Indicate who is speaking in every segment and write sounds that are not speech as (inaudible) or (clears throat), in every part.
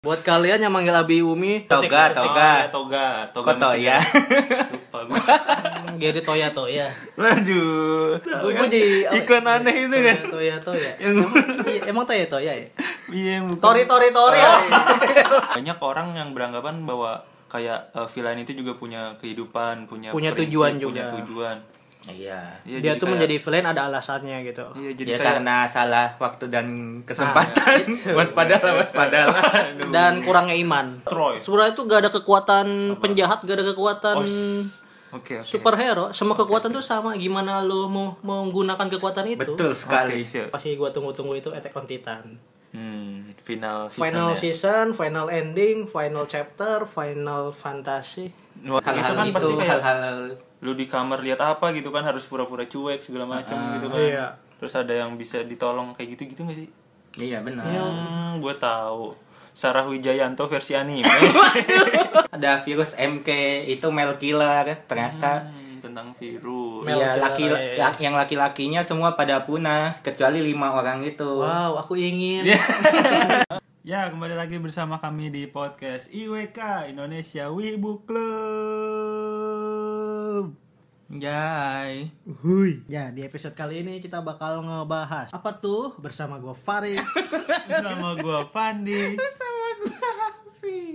Speaker 1: Buat kalian yang manggil Abi Umi,
Speaker 2: Toga, iya.
Speaker 3: Ketik, ketik.
Speaker 2: toga.
Speaker 3: Oh, iya, toga, toga.
Speaker 2: Kok toya? (laughs)
Speaker 3: Mesin. Lupa gua.
Speaker 1: Gary iya. Toya Toya.
Speaker 2: Aduh.
Speaker 1: Gue gue di
Speaker 2: iklan aneh itu kan.
Speaker 1: Toya Toya.
Speaker 2: (laughs) Yang
Speaker 1: Iya, Emang Toya Toya ya?
Speaker 2: iya bukan. Oh, iya,
Speaker 1: Tori Tori Tori. ya?
Speaker 3: Banyak orang yang beranggapan bahwa kayak eh, villain itu juga punya kehidupan, punya
Speaker 1: Punya
Speaker 3: prinsip,
Speaker 1: tujuan
Speaker 3: punya
Speaker 1: juga.
Speaker 3: tujuan.
Speaker 2: Iya.
Speaker 3: Iya,
Speaker 1: Dia
Speaker 3: jadi
Speaker 1: tuh
Speaker 3: kayak-
Speaker 1: menjadi villain ada alasannya gitu.
Speaker 3: Iya, jadi
Speaker 2: Ya
Speaker 3: kayak
Speaker 2: karena salah waktu dan kesempatan.
Speaker 3: gitu.
Speaker 2: (laughs) waspadalah,
Speaker 3: (laughs)
Speaker 2: waspadalah.
Speaker 1: Dan kurangnya iman.
Speaker 3: Troy.
Speaker 1: Sebenarnya itu gak ada kekuatan penjahat, gak ada kekuatan
Speaker 3: Oh, s- Oke, oke.
Speaker 1: superhero. Semua kekuatan tuh sama. Gimana lo mau mau menggunakan kekuatan itu?
Speaker 2: Betul sekali.
Speaker 3: Oke, siap.
Speaker 1: Pasti gua tunggu-tunggu itu Attack on Titan.
Speaker 3: Hmm, final season.
Speaker 1: Final
Speaker 3: ya.
Speaker 1: season, final ending, final chapter, final fantasi.
Speaker 3: Wah,
Speaker 2: Hal-hal
Speaker 3: itu kan
Speaker 2: itu,
Speaker 3: pasti kayak
Speaker 2: hal-hal
Speaker 3: lu di kamar lihat apa gitu kan harus pura-pura cuek segala
Speaker 2: Ah,
Speaker 3: macam gitu kan.
Speaker 1: Iya.
Speaker 3: Terus ada yang bisa ditolong kayak gitu-gitu gak sih?
Speaker 2: Iya benar.
Speaker 3: Hmm, gue tahu. Sarah Wijayanto versi anime.
Speaker 2: Ada virus MK itu male killer kan? ternyata.
Speaker 3: Hmm, tentang virus.
Speaker 1: Male
Speaker 2: Iya,
Speaker 1: killer, iya,
Speaker 2: laki
Speaker 1: iya.
Speaker 2: la- yang laki-lakinya semua pada punah kecuali lima orang itu.
Speaker 1: Wow, aku ingin.
Speaker 3: Ya, kembali lagi bersama kami di podcast IWK Indonesia Wibu Club.
Speaker 2: Jai.
Speaker 1: Huy. Ya, di episode kali ini kita bakal ngebahas apa tuh bersama gue Faris.
Speaker 3: Bersama gua Fandi.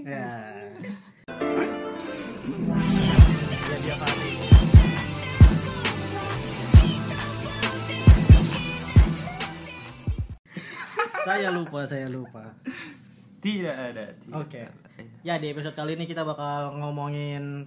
Speaker 1: ya. saya lupa, saya lupa.
Speaker 3: Tidak ada. Tidak.
Speaker 1: Oke. Ya, di episode kali ini kita bakal ngomongin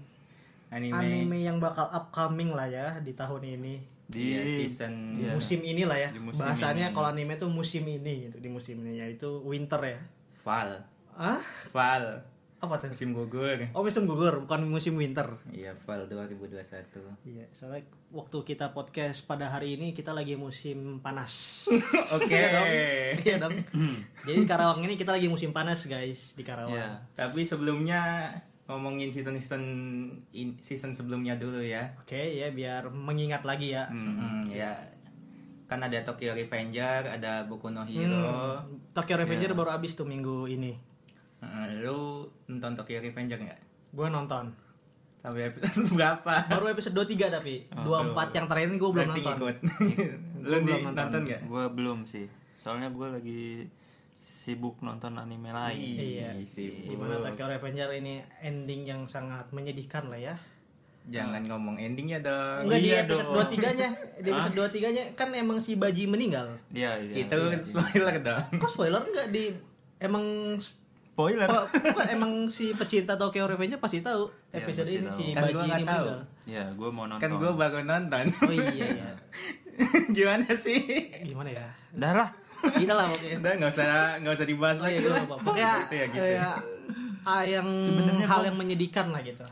Speaker 2: Anime.
Speaker 1: anime yang bakal upcoming lah ya di tahun ini.
Speaker 3: Di
Speaker 2: Iya, season
Speaker 3: Iya.
Speaker 1: Musim inilah ya.
Speaker 2: Di musim
Speaker 1: Bahasanya kalau anime tuh musim ini gitu, di musim ini yaitu winter ya.
Speaker 2: Val.
Speaker 1: Ah,
Speaker 2: Val.
Speaker 1: apa tuh?
Speaker 2: Musim gugur.
Speaker 1: Oh musim gugur, bukan musim winter.
Speaker 2: Iya, Val 2021.
Speaker 1: Iya, soalnya waktu kita podcast pada hari ini kita lagi musim panas.
Speaker 2: (laughs) Oke.
Speaker 1: Iya dong. Iya dong. Jadi di Karawang ini kita lagi musim panas guys di Karawang.
Speaker 3: Iya.
Speaker 2: Tapi sebelumnya ngomongin season-season in- season sebelumnya dulu ya.
Speaker 1: Oke ya biar mengingat lagi ya.
Speaker 2: Mm-mm, ya. Kan ada Tokyo Revenger, ada Boku no Hero.
Speaker 1: Hmm,
Speaker 2: Iya.
Speaker 1: Tokyo Revenger baru habis tuh minggu ini. Hmm.
Speaker 2: Mm, Lu nonton Tokyo Revenger nggak?
Speaker 1: Gue nonton.
Speaker 2: Sampai episode (laughs) berapa?
Speaker 1: Baru episode 23 tapi 24 yang terakhir ini gue belum
Speaker 2: Berarti
Speaker 1: nonton.
Speaker 2: ikut. Lu
Speaker 1: Gua belum
Speaker 2: nih,
Speaker 1: nonton.
Speaker 2: nonton nggak?
Speaker 3: Gue belum sih. Soalnya gue lagi sibuk nonton anime lain.
Speaker 1: Iya.
Speaker 2: Ih, sibuk.
Speaker 1: Gimana Tokyo Revenger ini ending yang sangat menyedihkan lah ya.
Speaker 2: Jangan ngomong endingnya dong.
Speaker 1: Enggak di
Speaker 3: Iya
Speaker 1: episode
Speaker 3: dong.
Speaker 1: 23-nya. Di episode 23-nya kan emang si Baji meninggal.
Speaker 3: Iya, iya.
Speaker 2: Itu
Speaker 1: Gitu.
Speaker 2: spoiler dong.
Speaker 1: Kok spoiler enggak di emang
Speaker 3: spoiler.
Speaker 1: oh, bukan emang si pecinta Tokyo Revenger pasti tahu
Speaker 3: Iya,
Speaker 1: episode
Speaker 3: pasti
Speaker 1: ini
Speaker 3: tahu.
Speaker 1: si
Speaker 2: Kan
Speaker 1: Baji
Speaker 2: gua
Speaker 1: ini
Speaker 2: nggak tahu.
Speaker 1: meninggal.
Speaker 3: Ya, gue mau nonton.
Speaker 2: Kan gue baru nonton.
Speaker 1: Oh iya ya.
Speaker 2: (laughs) Gimana sih?
Speaker 1: Gimana (laughs) ya?
Speaker 3: Dah lah.
Speaker 1: Kita lah pokoknya.
Speaker 2: Udah nggak usah nggak usah dibahas
Speaker 1: Oh iya
Speaker 2: lagi
Speaker 1: gue
Speaker 2: lah.
Speaker 1: apa Pokoknya
Speaker 2: Gitu ya, gitu.
Speaker 1: kayak ah, yang hal yang menyedihkan lah gitu.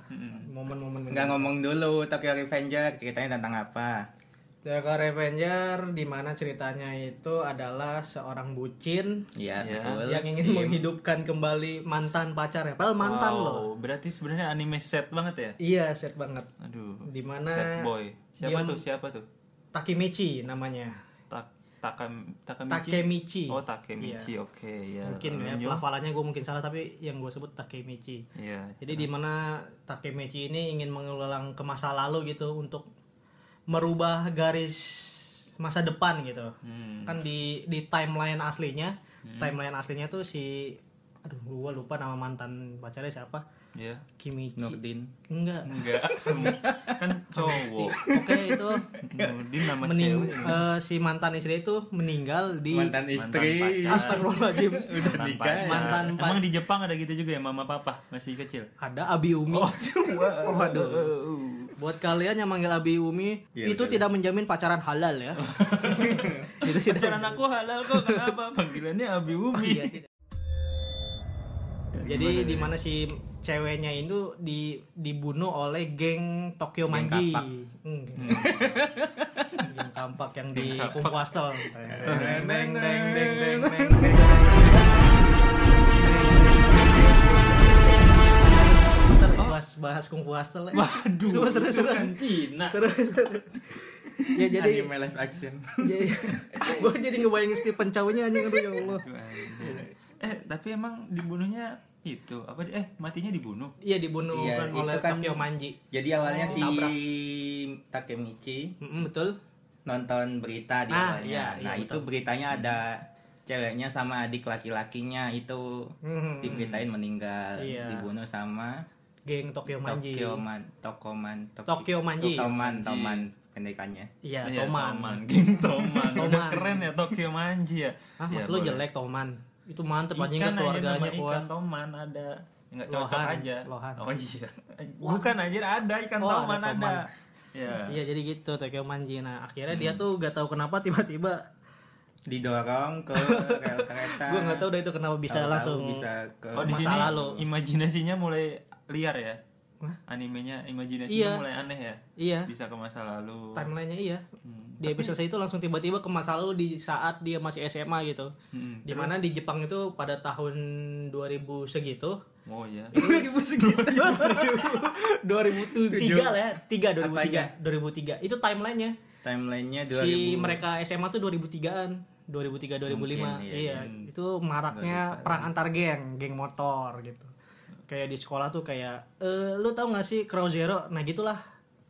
Speaker 1: Momen-momen
Speaker 2: Nggak ngomong dulu Tokyo Revenger ceritanya tentang apa?
Speaker 1: Tokyo Revenger di mana ceritanya itu adalah seorang bucin
Speaker 2: Iya
Speaker 3: Iya.
Speaker 2: betul.
Speaker 1: yang ingin menghidupkan kembali mantan pacarnya. Padahal mantan loh.
Speaker 3: Wow, Berarti sebenarnya anime set banget ya?
Speaker 1: Iya, set banget.
Speaker 3: Aduh.
Speaker 1: Di mana
Speaker 3: Set boy. Siapa
Speaker 1: dia-
Speaker 3: tuh? Siapa tuh?
Speaker 1: Takemichi namanya.
Speaker 3: Tak Takam Takamichi.
Speaker 1: Takemichi.
Speaker 3: Oh, Takemichi. Oke,
Speaker 1: Iya.
Speaker 3: ya.
Speaker 1: Mungkin ya,
Speaker 3: Lanjut.
Speaker 1: pelafalannya gue mungkin salah tapi yang gue sebut Takemichi.
Speaker 3: Iya.
Speaker 1: Jadi di mana Takemichi ini ingin mengulang ke masa lalu gitu untuk merubah garis masa depan gitu.
Speaker 3: Hmm.
Speaker 1: Kan di di timeline aslinya, timeline aslinya tuh si aduh gue lupa nama mantan pacarnya siapa.
Speaker 3: Iya.
Speaker 1: Kimichi.
Speaker 2: Nurdin.
Speaker 1: Enggak.
Speaker 3: Enggak, semua kan cowok.
Speaker 1: Oke itu
Speaker 3: Nudin nama
Speaker 1: mening
Speaker 3: cewek.
Speaker 1: (laughs) eh, si mantan istri itu meninggal di
Speaker 2: Mantan istri.
Speaker 3: pacar.
Speaker 1: Astagfirullahaladzim
Speaker 2: Udah nikah.
Speaker 3: pacar.
Speaker 1: Mantan
Speaker 3: ya? Emang di Jepang ada gitu juga ya, mama papa masih kecil.
Speaker 1: Ada Abi Umi Oh, aduh.
Speaker 3: (laughs)
Speaker 1: Buat kalian yang manggil Abi Umi
Speaker 2: Iya,
Speaker 1: Itu
Speaker 2: betul.
Speaker 1: tidak menjamin pacaran halal ya Itu sih
Speaker 3: Pacaran aku halal kok kenapa? Panggilannya Abi Umi.
Speaker 1: (laughs) Iya, tidak. Jadi di mana si ceweknya itu di dibunuh oleh geng Tokyo Manji.
Speaker 2: kampak.
Speaker 1: Hmm. geng kampak yang di
Speaker 3: kampak.
Speaker 1: Kungfu Hostel. (laughs) Deng, deng, deng, deng, deng, deng. Ntar bahas bahas Kungfu Hostel. ya.
Speaker 3: Waduh.
Speaker 1: Seru, seru,
Speaker 3: itu
Speaker 1: seru.
Speaker 3: kan Cina.
Speaker 1: Seru, seru. Ya jadi ya.
Speaker 2: Anime live action.
Speaker 3: (laughs) ya
Speaker 1: jadi gue jadi ngebayangin Stephen Chow-nya anjing aduh ya Allah.
Speaker 3: eh tapi emang dibunuhnya itu apa di- eh matinya dibunuh
Speaker 1: Iya dibunuh
Speaker 2: Iya,
Speaker 1: kan
Speaker 2: itu
Speaker 1: oleh
Speaker 2: kan-
Speaker 1: Takeo Manji.
Speaker 2: Jadi awalnya si
Speaker 1: Ditabrak.
Speaker 2: Takemichi
Speaker 1: Mm-mm, betul.
Speaker 2: nonton berita di
Speaker 1: Ah,
Speaker 2: awalnya.
Speaker 1: iya, iya,
Speaker 2: nah, itu
Speaker 1: betul.
Speaker 2: beritanya ada ceweknya sama adik laki-lakinya itu
Speaker 1: Mhm.
Speaker 2: diberitain meninggal,
Speaker 1: Iya.
Speaker 2: dibunuh sama
Speaker 1: Geng Tokyo Manji.
Speaker 2: Tokyo Man, Tokoman, Tok-
Speaker 1: Tokyo Manji.
Speaker 2: Toman, Toman pendekannya.
Speaker 1: Iya,
Speaker 3: Iya,
Speaker 1: Toman.
Speaker 3: Geng Toman.
Speaker 1: (laughs)
Speaker 3: Udah
Speaker 1: Toman.
Speaker 3: keren ya Tokyo Manji ya.
Speaker 1: Ah,
Speaker 3: Ya,
Speaker 1: mas lu
Speaker 3: boleh.
Speaker 1: jelek Toman. Itu mantep anjing
Speaker 3: Ikan
Speaker 1: ke
Speaker 3: keluarganya
Speaker 1: keluarganya
Speaker 3: ikan
Speaker 1: kuat.
Speaker 3: toman ada nggak cocok
Speaker 1: Lohan,
Speaker 3: aja
Speaker 1: lohan.
Speaker 3: oh
Speaker 1: (laughs)
Speaker 3: iya bukan anjir ada ikan
Speaker 1: Oh, ada
Speaker 3: toman ada,
Speaker 1: toman.
Speaker 3: ya
Speaker 1: Iya, jadi gitu Tokyo Manji. Nah, akhirnya dia
Speaker 3: Hmm.
Speaker 1: tuh gak tahu kenapa tiba-tiba
Speaker 2: Didorong
Speaker 1: (laughs)
Speaker 2: ke rel kereta.
Speaker 1: gua nggak tahu dah itu kenapa bisa
Speaker 2: Ah. Tahu-tahu
Speaker 1: langsung
Speaker 2: bisa ke
Speaker 3: oh di
Speaker 1: Masa
Speaker 3: sini
Speaker 1: lalu.
Speaker 3: imajinasinya mulai liar ya
Speaker 1: Hah?
Speaker 3: animenya imajinasinya
Speaker 1: Iya.
Speaker 3: mulai aneh ya
Speaker 1: Iya,
Speaker 3: bisa ke masa lalu
Speaker 1: timelinenya iya. Di episode itu langsung tiba-tiba ke masa lalu di saat dia masih SMA gitu.
Speaker 3: Hmm.
Speaker 1: Dimana di Jepang itu pada tahun 2000 segitu
Speaker 3: oh iya
Speaker 1: 2000 (laughs) segitu 2003 lah ya tiga
Speaker 2: Apanya?
Speaker 1: 2003 2003 itu timelinenya
Speaker 2: timelinenya 2000.
Speaker 1: si mereka SMA tuh 2003an 2003 2005
Speaker 2: Mungkin,
Speaker 1: iya,
Speaker 2: iya.
Speaker 1: itu maraknya perang antar geng geng motor gitu kayak di sekolah tuh kayak eh, lu tau gak sih Crow Zero nah gitulah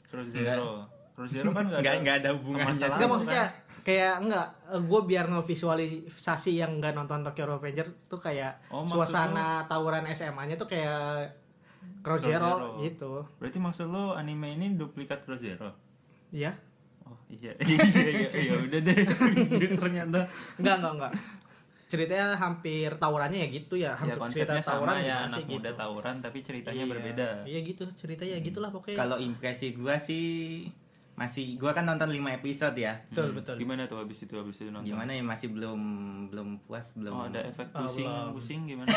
Speaker 3: terus zero terus zero kan nggak
Speaker 2: nggak
Speaker 3: ada
Speaker 2: nggak ada hubungannya.
Speaker 3: Masalah.
Speaker 1: Enggak maksudnya
Speaker 3: kan?
Speaker 1: kayak enggak gue biar ngevisualisasi yang enggak nonton Tokyo Revenger tuh kayak
Speaker 3: Oh, maksud
Speaker 1: suasana tawuran SMA-nya tuh kayak Crow
Speaker 3: Crow
Speaker 1: Zero
Speaker 3: Zero.
Speaker 1: gitu
Speaker 3: berarti maksud lo anime ini duplikat terus zero
Speaker 1: iya
Speaker 3: oh iya (laughs) iya iya iya udah
Speaker 1: (laughs)
Speaker 3: deh ternyata
Speaker 1: Enggak, enggak, enggak. Ceritanya hampir tawurannya ya gitu ya, hampir
Speaker 3: ya konsepnya sama
Speaker 1: juga
Speaker 3: ya
Speaker 1: sih gitu.
Speaker 3: anak muda tawuran Hmm. tapi ceritanya berbeda
Speaker 1: Iya gitu, ceritanya ya gitulah pokoknya.
Speaker 2: Kalau impresi gua sih masih gua kan nonton 5 episode ya.
Speaker 1: betul, betul.
Speaker 3: Gimana tuh habis itu habis itu nonton?
Speaker 2: Gimana ya masih belum belum puas, belum
Speaker 3: Oh, ada efek
Speaker 1: Ah,
Speaker 3: pusing
Speaker 1: belum.
Speaker 3: pusing gimana?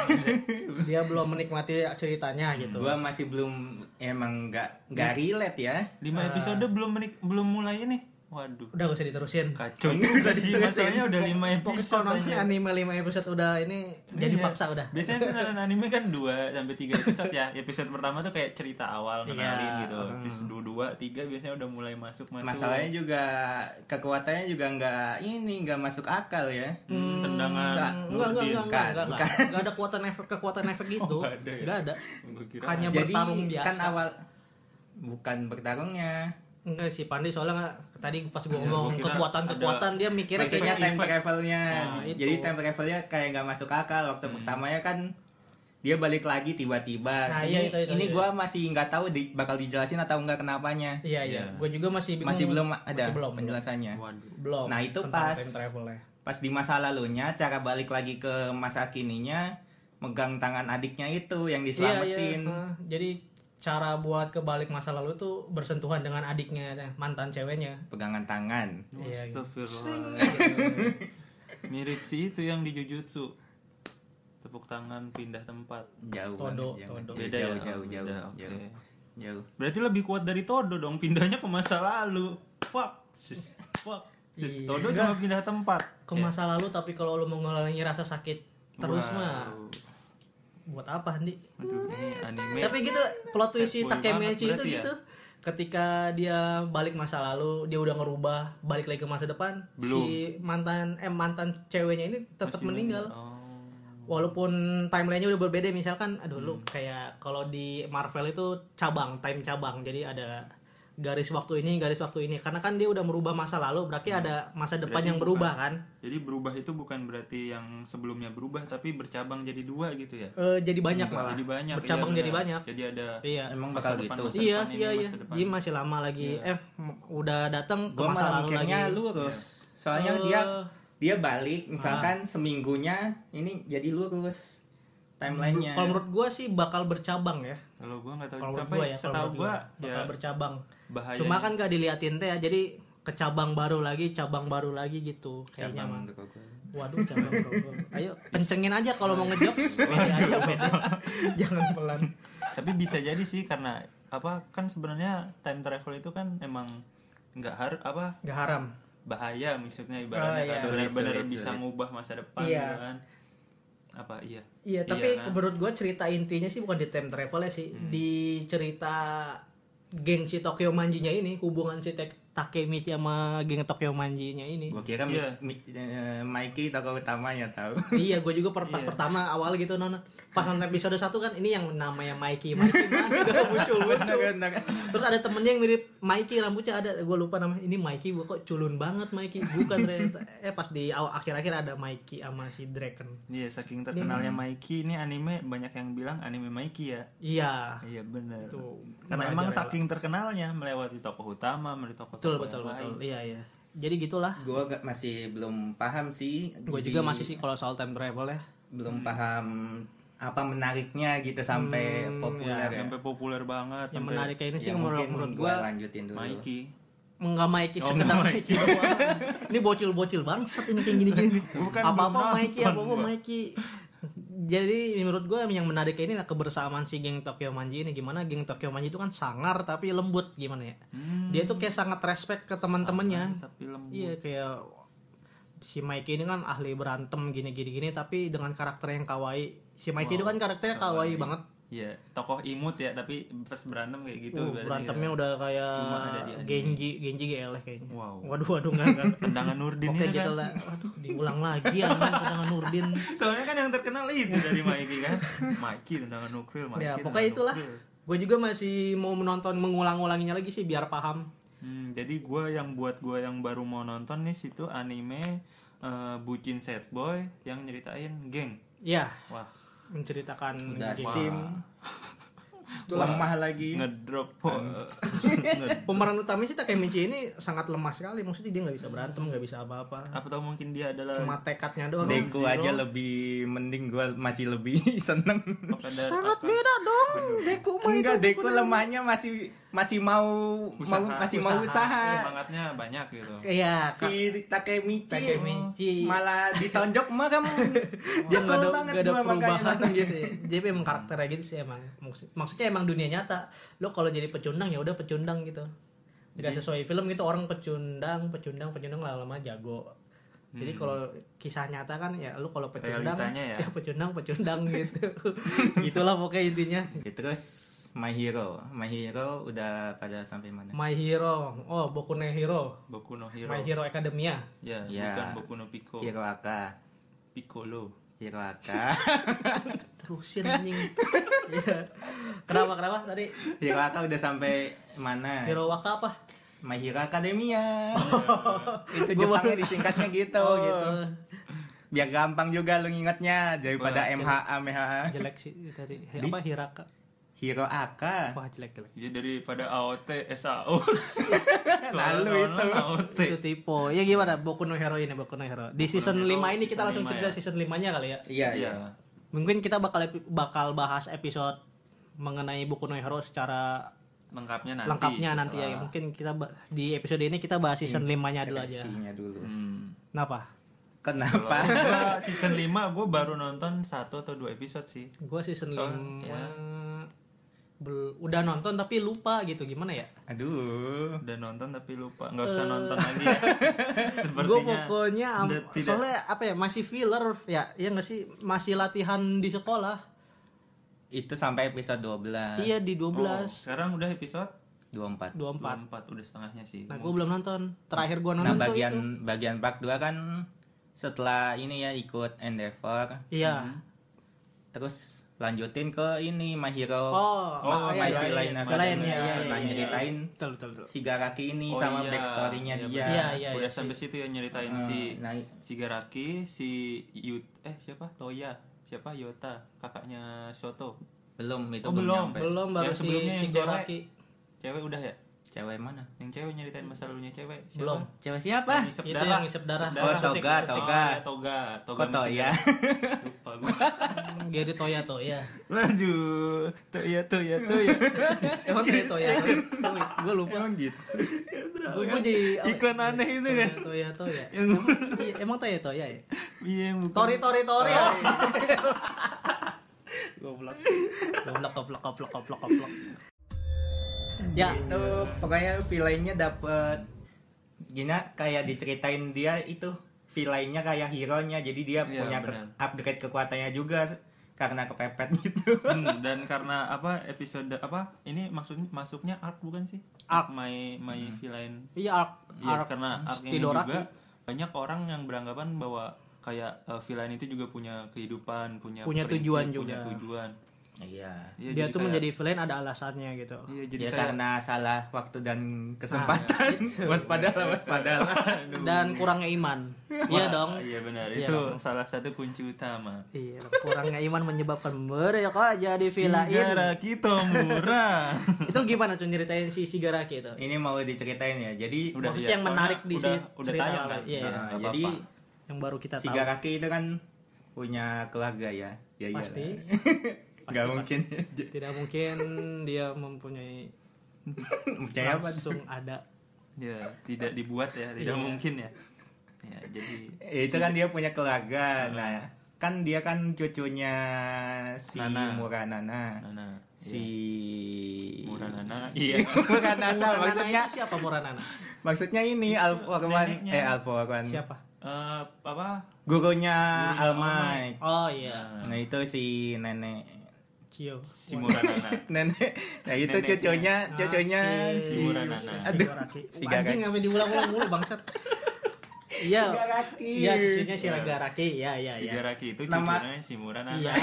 Speaker 1: Dia belum menikmati ceritanya
Speaker 3: Hmm.
Speaker 1: gitu.
Speaker 2: gua masih belum ya emang
Speaker 1: Iya.
Speaker 2: nggak nggak relate ya
Speaker 3: 5 episode belum menik- belum mulai ini. Waduh.
Speaker 1: Udah gak usah diterusin.
Speaker 3: Kacau juga sih masalahnya udah 5
Speaker 1: Pokoknya
Speaker 3: episode.
Speaker 1: nonton
Speaker 3: aja.
Speaker 1: anime 5 episode udah ini jadi
Speaker 3: Iya.
Speaker 1: paksa udah.
Speaker 3: Biasanya (laughs) kan nonton anime kan 2 sampai 3 episode ya. Episode pertama tuh kayak cerita awal kenalin
Speaker 1: Iya.
Speaker 3: gitu. Episode 2, 3 biasanya udah mulai masuk masuk.
Speaker 2: masalahnya juga kekuatannya juga nggak ini nggak masuk akal ya
Speaker 3: Hmm, tendangan.
Speaker 2: Sa-
Speaker 1: Enggak, enggak,
Speaker 2: Nurdin,
Speaker 1: enggak, enggak,
Speaker 2: kan?
Speaker 1: enggak, enggak. Enggak ada kekuatan efek kekuatan efek gitu.
Speaker 3: nggak ada ya?
Speaker 1: Enggak ada.
Speaker 3: Gua kira
Speaker 1: Hanya
Speaker 2: jadi
Speaker 1: bertarung biasa.
Speaker 2: kan awal bukan bertarungnya
Speaker 1: Enggak sih Pandi soalnya enggak, tadi pas gua
Speaker 3: Iya,
Speaker 1: ngomong
Speaker 3: gua kira
Speaker 1: kekuatan-kekuatan dia mikirnya gitu.
Speaker 2: maksudnya
Speaker 1: kayaknya
Speaker 2: time travelnya
Speaker 1: Nah, itu. Hmm.
Speaker 2: jadi time travelnya kayak nggak masuk akal waktu pertamanya kan dia balik lagi tiba-tiba
Speaker 1: Nah,
Speaker 2: ini
Speaker 1: iya, itu, itu,
Speaker 2: ini
Speaker 1: iya.
Speaker 2: gua masih nggak tahu di- bakal dijelasin atau nggak kenapanya
Speaker 1: Iya iya,
Speaker 3: Iya.
Speaker 1: gue juga masih bingung.
Speaker 2: masih belum ada
Speaker 1: masih belum
Speaker 2: penjelasannya
Speaker 3: Waduh.
Speaker 1: Belum.
Speaker 2: Nah, itu
Speaker 1: tentang
Speaker 2: pas-
Speaker 1: time travelnya.
Speaker 2: pas di masa lalunya cara balik lagi ke masa kininya megang tangan adiknya itu yang
Speaker 1: Iya iya.
Speaker 2: diselamatin
Speaker 1: heeh. Jadi cara buat kebalik masa lalu tuh bersentuhan dengan adiknya mantan ceweknya.
Speaker 2: pegangan tangan
Speaker 1: Iya, gitu.
Speaker 3: Astagfirullah. Mirip sih itu yang di Jujutsu. Tepuk tangan pindah tempat.
Speaker 2: jauh
Speaker 1: Todo,
Speaker 2: banget,
Speaker 1: todo.
Speaker 2: jauh,
Speaker 3: Beda
Speaker 2: jauh,
Speaker 3: ya?
Speaker 2: jauh
Speaker 3: Oh,
Speaker 2: jauh
Speaker 3: beda,
Speaker 2: jauh,
Speaker 3: oke.
Speaker 2: jauh.
Speaker 3: Berarti lebih kuat dari Todo dong pindahnya ke masa lalu. Fuck. Sis. Fuck. Sis.
Speaker 1: Iya.
Speaker 3: Todo cuma pindah tempat.
Speaker 1: Ke masa lalu tapi kalau lu mau ngelalui rasa sakit terus
Speaker 3: Wow.
Speaker 1: mah buat apa Andi?
Speaker 3: Aduh, ini anime.
Speaker 1: Tapi gitu plot twist si
Speaker 3: boy banget
Speaker 1: Takemichi itu
Speaker 3: berarti ya.
Speaker 1: gitu. Ketika dia balik masa lalu, dia udah ngerubah, balik lagi ke masa depan,
Speaker 3: Belum.
Speaker 1: si mantan eh mantan ceweknya ini tetap
Speaker 3: Masih
Speaker 1: meninggal.
Speaker 3: Oh.
Speaker 1: walaupun timelinenya udah berbeda misalkan aduh lu kayak kalau di Marvel itu cabang time cabang jadi ada garis waktu ini garis waktu ini karena kan dia udah merubah masa lalu berarti ada masa depan
Speaker 3: Hmm. Berarti
Speaker 1: yang berubah kan
Speaker 3: Jadi berubah itu bukan berarti yang sebelumnya berubah tapi bercabang jadi dua gitu ya.
Speaker 1: Eh, jadi banyak malah
Speaker 3: Jadi banyak.
Speaker 1: bercabang
Speaker 3: iya,
Speaker 1: jadi
Speaker 3: benar.
Speaker 1: banyak
Speaker 3: Jadi ada
Speaker 1: iya
Speaker 2: emang bakal
Speaker 3: masa depan,
Speaker 2: gitu
Speaker 3: masa
Speaker 1: iya
Speaker 3: depan ini,
Speaker 1: iya iya
Speaker 3: masa depan. Iya.
Speaker 1: jadi masih lama lagi eh m- udah datang ke
Speaker 2: gua
Speaker 1: masa lalu
Speaker 2: malah
Speaker 1: lagi Iya. Eh.
Speaker 2: mikirnya lurus soalnya dia dia
Speaker 1: Ah.
Speaker 2: balik misalkan seminggunya ini jadi lurus
Speaker 3: Iya,
Speaker 2: timelinenya
Speaker 1: kalau menurut gua sih bakal bercabang ya
Speaker 3: Kalau gua nggak tahu
Speaker 1: kalau menurut
Speaker 3: tapi
Speaker 1: gua ya
Speaker 3: setahu
Speaker 1: kalau menurut
Speaker 3: gua
Speaker 1: gua
Speaker 3: ya
Speaker 1: bakal bercabang
Speaker 3: bahaya.
Speaker 1: Cuma kan gak diliatin teh ya, jadi ke cabang baru lagi, cabang baru lagi gitu kayaknya mah.
Speaker 2: Cabang menurut gua.
Speaker 1: Waduh, cabang
Speaker 3: (laughs)
Speaker 1: baru. Ayo kencengin aja kalau mau ngejokes, pede aja pede. (laughs) Jangan pelan.
Speaker 3: tapi bisa jadi sih karena apa kan sebenarnya time travel itu kan emang nggak har apa
Speaker 1: Gak haram.
Speaker 3: bahaya maksudnya
Speaker 1: Ah,
Speaker 3: ibaratnya
Speaker 1: iya.
Speaker 3: kan benar-benar
Speaker 2: Sulit, sulit,
Speaker 3: bisa ngubah masa depan
Speaker 1: Iya.
Speaker 3: gitu kan apa iya
Speaker 1: Iya, tapi
Speaker 3: kan?
Speaker 1: menurut gue cerita intinya sih bukan di time
Speaker 3: Hmm.
Speaker 1: travel ya sih, di cerita geng si Tokyo Manjinya ini hubungan si Tek- Takemichi sama geng Tokyo Manji-nya ini.
Speaker 2: Gua kira
Speaker 3: Iya.
Speaker 2: Mi- Mi- eh, Mikey tokoh utamanya
Speaker 1: (laughs)
Speaker 2: tahu.
Speaker 1: iya, gue juga per, pas pertama awal gitu nonton pas nonton episode 1 kan ini yang namanya Mikey, Mikey mana? Gak muncul
Speaker 2: Bener,
Speaker 1: muncul.
Speaker 2: bener.
Speaker 1: Terus ada temennya yang mirip Mikey rambutnya ada gue lupa namanya. Ini Mikey gua kok culun banget Mikey. Bukan ternyata. Eh pas di aw- akhir-akhir ada Mikey sama si Draken.
Speaker 3: Iya saking terkenalnya Mikey ini anime banyak yang bilang anime Mikey ya.
Speaker 1: Iya.
Speaker 3: Iya bener.
Speaker 1: Tuh.
Speaker 3: Karena
Speaker 1: merajalela.
Speaker 3: emang saking terkenalnya melewati tokoh utama, melewati tokoh
Speaker 1: betul betul betul. Iya iya. Jadi gitulah.
Speaker 2: Gua gak, masih belum paham sih.
Speaker 1: Gue
Speaker 2: Jadi
Speaker 1: juga masih sih kalau soal time travel ya.
Speaker 2: belum paham apa menariknya gitu sampai populer ya.
Speaker 3: Sampai populer banget.
Speaker 1: Yang
Speaker 3: sampai
Speaker 1: menariknya Hmm, iya, ini sih
Speaker 2: Ya,
Speaker 1: menurut,
Speaker 2: mungkin
Speaker 1: menurut
Speaker 2: gua
Speaker 1: gue
Speaker 2: lanjutin dulu.
Speaker 3: Mikey.
Speaker 1: Enggak Mikey sekedar
Speaker 3: enggak
Speaker 1: Mikey doang. Oh, Ini bocil-bocil bangset ini kayak gini-gini.
Speaker 3: (laughs) Bukan, belum
Speaker 1: Apa-apa
Speaker 3: nonton
Speaker 1: Mikey, apa-apa
Speaker 3: gua.
Speaker 1: Mikey. Jadi menurut gue yang menariknya ini adalah kebersamaan si geng Tokyo Manji ini gimana geng Tokyo Manji itu kan sangar tapi lembut gimana ya. Dia tuh kayak sangat respect ke teman-temannya.
Speaker 3: Tapi Hmm. lembut.
Speaker 1: Iya kayak si Mikey ini kan ahli berantem gini-gini gini tapi dengan karakter yang kawaii. Si Mikey itu kan karakternya kawaii, banget.
Speaker 3: Iya, tokoh imut ya, tapi pas berantem kayak gitu.
Speaker 1: Uh,
Speaker 3: ibaratnya
Speaker 1: berantemnya udah kayak
Speaker 3: Cuma ada di anime.
Speaker 1: Genji, Genji GL kayaknya.
Speaker 3: Wow.
Speaker 1: Waduh waduh enggak enggak.
Speaker 3: (laughs) ya. tendangan Nurdin
Speaker 1: Oke
Speaker 3: itu
Speaker 1: gitu
Speaker 3: kan.
Speaker 1: lah. Waduh, diulang lagi ya dengan Nurdin.
Speaker 3: Soalnya kan yang terkenal itu dari Mikey kan. Mikey tendangan nukril, Mikey.
Speaker 1: Ya,
Speaker 3: tendangan
Speaker 1: pokoknya itulah.
Speaker 3: nukril.
Speaker 1: Gue juga masih mau menonton mengulang-ulanginya lagi sih biar paham.
Speaker 3: Hmm, jadi gua yang buat gua yang baru mau nonton nih situ anime eh, bucin set boy yang nyeritain geng.
Speaker 1: Ya,
Speaker 3: Wah,
Speaker 1: menceritakan
Speaker 2: Udah
Speaker 1: game.
Speaker 2: sim. Lemah lagi.
Speaker 3: ngedrop. po. (laughs) Nged-
Speaker 1: pemeran utama sih Takemichi ini sangat lemah sekali. Maksudnya dia nggak bisa berantem, nggak bisa apa-apa.
Speaker 3: Apa tau mungkin dia adalah
Speaker 1: Cuma tekadnya doang.
Speaker 2: Deku
Speaker 3: Zero.
Speaker 2: aja lebih mending gua masih lebih (laughs) seneng.
Speaker 3: apa ada-
Speaker 1: Sangat
Speaker 3: apa-
Speaker 1: beda dong. Deku mah itu.
Speaker 2: Enggak, Deku lemahnya masih masih mau,
Speaker 3: Usaha,
Speaker 2: mau- masih mau usaha.
Speaker 3: semangatnya banyak gitu.
Speaker 1: Iya, Kak.
Speaker 2: Si Takemichi,
Speaker 1: Takemichi.
Speaker 2: malah ditonjok mah
Speaker 1: (laughs)
Speaker 2: kamu.
Speaker 1: dia nggak
Speaker 2: Kesel
Speaker 1: ada,
Speaker 2: banget
Speaker 1: nggak ada
Speaker 2: gua makanya
Speaker 1: perubahan
Speaker 2: nonton.
Speaker 1: gitu ya. jadi emang karakternya gitu sih emang Maksud- maksudnya emang dunia nyata lo kalau jadi pecundang ya udah pecundang gitu nggak sesuai film gitu orang pecundang pecundang pecundang lama-lama jago jadi kalau kisah nyata kan ya lu kalau pecundang
Speaker 3: Realitanya ya.
Speaker 1: (laughs) pecundang pecundang gitu (laughs) itulah pokoknya intinya
Speaker 2: (laughs) Oke, terus My Hero, My Hero udah pada sampai mana?
Speaker 1: My Hero oh Boku no Hero
Speaker 3: Boku no Hero.
Speaker 1: My Hero Academia
Speaker 3: Ya,
Speaker 2: Ya.
Speaker 3: bukan Boku no Pico.
Speaker 2: Hiroaka,
Speaker 3: Piccolo.
Speaker 2: (laughs) Hiroaka,
Speaker 1: (laughs) terusin anjing Iya. kenapa kenapa tadi
Speaker 2: Hiroaka udah sampai mana?
Speaker 1: Hero Waka (laughs) apa
Speaker 2: My Hero Academia. Itu Jepangnya disingkatnya gitu
Speaker 1: Oh,
Speaker 2: gitu. Biar gampang juga lu ngingetnya daripada
Speaker 3: Wah,
Speaker 2: MHA MHA.
Speaker 1: jelek sih tadi apa Hiraka
Speaker 2: Hiroaka. (laughs)
Speaker 1: wah jelek jelek
Speaker 3: Jadi daripada AOT SAO.
Speaker 2: Lalu itu.
Speaker 3: AOT.
Speaker 1: itu tipe ya gimana Boku no Hero ini Boku no Hero di season
Speaker 3: Hero,
Speaker 1: 5 ini kita
Speaker 3: season
Speaker 1: langsung
Speaker 3: lima
Speaker 1: cerita
Speaker 3: ya.
Speaker 1: season 5 nya kali ya
Speaker 2: Iya, iya.
Speaker 3: Iya.
Speaker 1: mungkin kita bakal epi- bakal bahas episode mengenai Boku no Hero secara
Speaker 3: Lengkapnya nanti.
Speaker 1: lengkapnya nanti ya
Speaker 3: setelah-
Speaker 1: mungkin kita ba- di episode ini kita bahas season 5 nya dulu aja
Speaker 2: Reaksinya dulu.
Speaker 3: Hmm.
Speaker 1: kenapa
Speaker 2: Kenapa? (laughs)
Speaker 3: Gua season 5 gue baru nonton satu atau dua episode sih
Speaker 1: gue season
Speaker 3: Soal-
Speaker 1: 5
Speaker 3: ya.
Speaker 1: bel- udah nonton tapi lupa gitu gimana ya
Speaker 2: Aduh.
Speaker 3: udah nonton tapi lupa nggak
Speaker 1: Eh.
Speaker 3: usah nonton
Speaker 1: (laughs)
Speaker 3: lagi
Speaker 1: gue
Speaker 3: sepertinya
Speaker 1: pokoknya am-
Speaker 3: udah tidak-
Speaker 1: soalnya apa ya masih filler ya ya nggak sih masih latihan di sekolah
Speaker 2: Itu sampai episode 12.
Speaker 1: iya di 12
Speaker 3: Oh, sekarang udah episode
Speaker 2: 24.
Speaker 1: 24
Speaker 3: 24 udah setengahnya sih Oh,
Speaker 1: Nah, gue belum nonton. Terakhir gue
Speaker 2: Nah,
Speaker 1: nonton tuh itu.
Speaker 2: bagian bagian part 2 kan setelah ini ya ikut Endeavor
Speaker 1: Iya.
Speaker 3: Hmm.
Speaker 2: terus lanjutin ke ini My Hero
Speaker 1: Oh, ma-
Speaker 3: Oh,
Speaker 1: iya, iya,
Speaker 2: My
Speaker 1: iya.
Speaker 2: Villain
Speaker 1: Villain,
Speaker 2: Academy.
Speaker 1: iya, iya,
Speaker 2: Nah,
Speaker 1: iya, iya.
Speaker 2: nyeritain
Speaker 1: Betul, betul, betul.
Speaker 2: si Garaki ini
Speaker 3: Oh
Speaker 2: sama
Speaker 3: iya,
Speaker 2: backstory-nya
Speaker 3: iya,
Speaker 2: dia.
Speaker 1: Iya, iya, iya,
Speaker 3: udah
Speaker 1: Ah.
Speaker 3: sampai situ ya nyeritain si
Speaker 2: Nah,
Speaker 3: si Garaki si Yut eh siapa Toya siapa Yota kakaknya Shoto
Speaker 2: belum itu
Speaker 3: Oh,
Speaker 2: belum,
Speaker 3: belum,
Speaker 2: nyampe.
Speaker 1: Belum baru
Speaker 3: Yang
Speaker 1: si
Speaker 3: sebelumnya
Speaker 1: si
Speaker 3: yang cewek.
Speaker 1: Goraki.
Speaker 3: cewek udah ya
Speaker 2: Cewek mana?
Speaker 3: yang cewek nyeritain masa lalunya cewek siapa?
Speaker 1: Belum.
Speaker 2: Cewek siapa?
Speaker 3: Ngisep
Speaker 1: Itu
Speaker 3: darah.
Speaker 1: yang ngisep darah.
Speaker 2: Oh, toga,
Speaker 3: Oh,
Speaker 2: toga.
Speaker 3: iya, toga, toga.
Speaker 2: Kok
Speaker 3: masih
Speaker 1: iya.
Speaker 2: Toya?
Speaker 3: ada. Lupa gue.
Speaker 1: (laughs) Gary Toya tuh,
Speaker 3: (laughs)
Speaker 1: ya.
Speaker 3: Waduh,
Speaker 1: iya,
Speaker 3: Toya, Toya, Toya.
Speaker 1: Emang Gary
Speaker 3: Iya,
Speaker 1: Toya. Gue lupa.
Speaker 2: Emang gitu.
Speaker 1: Gue di
Speaker 3: Iklan aneh itu kan.
Speaker 1: Toya Toya.
Speaker 3: Yang
Speaker 1: Iya, Emang Toya Toya ya?
Speaker 3: iya yang bukan.
Speaker 1: Tori Tori Tori
Speaker 3: (laughs)
Speaker 1: ya. Goblok. Goblok, goblok, goblok, goblok. Ya,
Speaker 3: Gitu.
Speaker 2: Itu eh, pokoknya villainnya dapet Gina kayak diceritain dia itu villainnya kayak hero-nya jadi dia
Speaker 3: Iya,
Speaker 2: punya ke-
Speaker 3: benar.
Speaker 2: upgrade kekuatannya juga karena kepepet (laughs) gitu
Speaker 3: Hmm, dan karena apa episode apa ini maksudnya masuknya arc bukan sih?
Speaker 1: Arc.
Speaker 3: my my villain.
Speaker 1: Iya, arc,
Speaker 3: Iya,
Speaker 1: arc
Speaker 3: karena arc ini
Speaker 1: Stidoraki.
Speaker 3: juga banyak orang yang beranggapan bahwa kayak eh, villain itu juga punya kehidupan, punya
Speaker 1: Punya tujuan juga.
Speaker 3: punya tujuan.
Speaker 2: iya
Speaker 3: Iya,
Speaker 1: dia
Speaker 3: jadi
Speaker 1: tuh
Speaker 3: kayak-
Speaker 1: menjadi villain ada alasannya gitu.
Speaker 3: Iya, jadi
Speaker 2: ya
Speaker 3: kayak Ah, gitu.
Speaker 2: karena salah waktu dan kesempatan (laughs) waspadalah waspadalah
Speaker 1: Dan kurangnya (laughs) iman. Iya
Speaker 3: Wah,
Speaker 1: dong.
Speaker 3: Iya benar.
Speaker 1: Iya
Speaker 3: itu
Speaker 1: dong.
Speaker 3: salah satu kunci utama.
Speaker 1: Iya, kurangnya iman menyebabkan mereka jadi villain.
Speaker 3: Sigara kita murah.
Speaker 1: (laughs) Itu gimana tuh ceritain si gitu? Shigaraki itu?
Speaker 2: ini mau diceritain ya jadi
Speaker 3: Udah,
Speaker 1: Maksudnya
Speaker 3: iya,
Speaker 1: yang
Speaker 3: soalnya
Speaker 1: menarik di
Speaker 3: udah,
Speaker 1: si-
Speaker 3: udah
Speaker 1: cerita
Speaker 3: tayang kan.
Speaker 1: awal. Iya,
Speaker 3: Nah,
Speaker 1: iya.
Speaker 2: nah,
Speaker 3: nggak
Speaker 2: jadi
Speaker 3: apa-apa.
Speaker 1: Yang baru kita
Speaker 2: si
Speaker 1: tahu.
Speaker 2: Garaki itu kan punya keluarga ya ya iyalah.
Speaker 1: Pasti.
Speaker 2: (laughs) nggak mungkin
Speaker 1: Tidak mungkin dia mempunyai
Speaker 2: percaya apa tuh?
Speaker 1: langsung ada
Speaker 3: ya tidak dibuat ya, tidak mungkin ya. Ya, jadi
Speaker 2: Ya, itu kan dia punya keluarga nah kan dia kan cucunya si
Speaker 3: Nana.
Speaker 2: Murah Nana
Speaker 3: Nana
Speaker 2: si
Speaker 3: murah Nana.
Speaker 2: (laughs)
Speaker 3: Iya.
Speaker 2: Murah Nana
Speaker 1: Muranana ya.
Speaker 2: maksudnya
Speaker 1: itu siapa Muranana?
Speaker 2: maksudnya ini Alfa Orwan
Speaker 3: neneknya.
Speaker 2: eh Alfa Orwan
Speaker 1: Siapa?
Speaker 3: Eh, apa?
Speaker 2: gurunya Almai
Speaker 1: Oh iya,
Speaker 2: nah itu si nenek (laughs)
Speaker 1: Kyo. Ah,
Speaker 3: Si murah
Speaker 2: Iya,
Speaker 3: Nana.
Speaker 2: nenek nah itu
Speaker 3: Neneknya.
Speaker 2: cucunya cucunya
Speaker 1: si
Speaker 2: si
Speaker 3: Muranana.
Speaker 1: Aduh,
Speaker 2: Aduh, si Garaki.
Speaker 1: anjing ngapain diulang-ulang mulu bangsat. Iya.
Speaker 2: Shigaraki.
Speaker 1: Iya, cucunya Shigaraki. Iya, iya,
Speaker 3: Si
Speaker 1: iya.
Speaker 3: Garaki itu
Speaker 2: Nama-
Speaker 3: cucunya si murah Nana.
Speaker 1: Iya,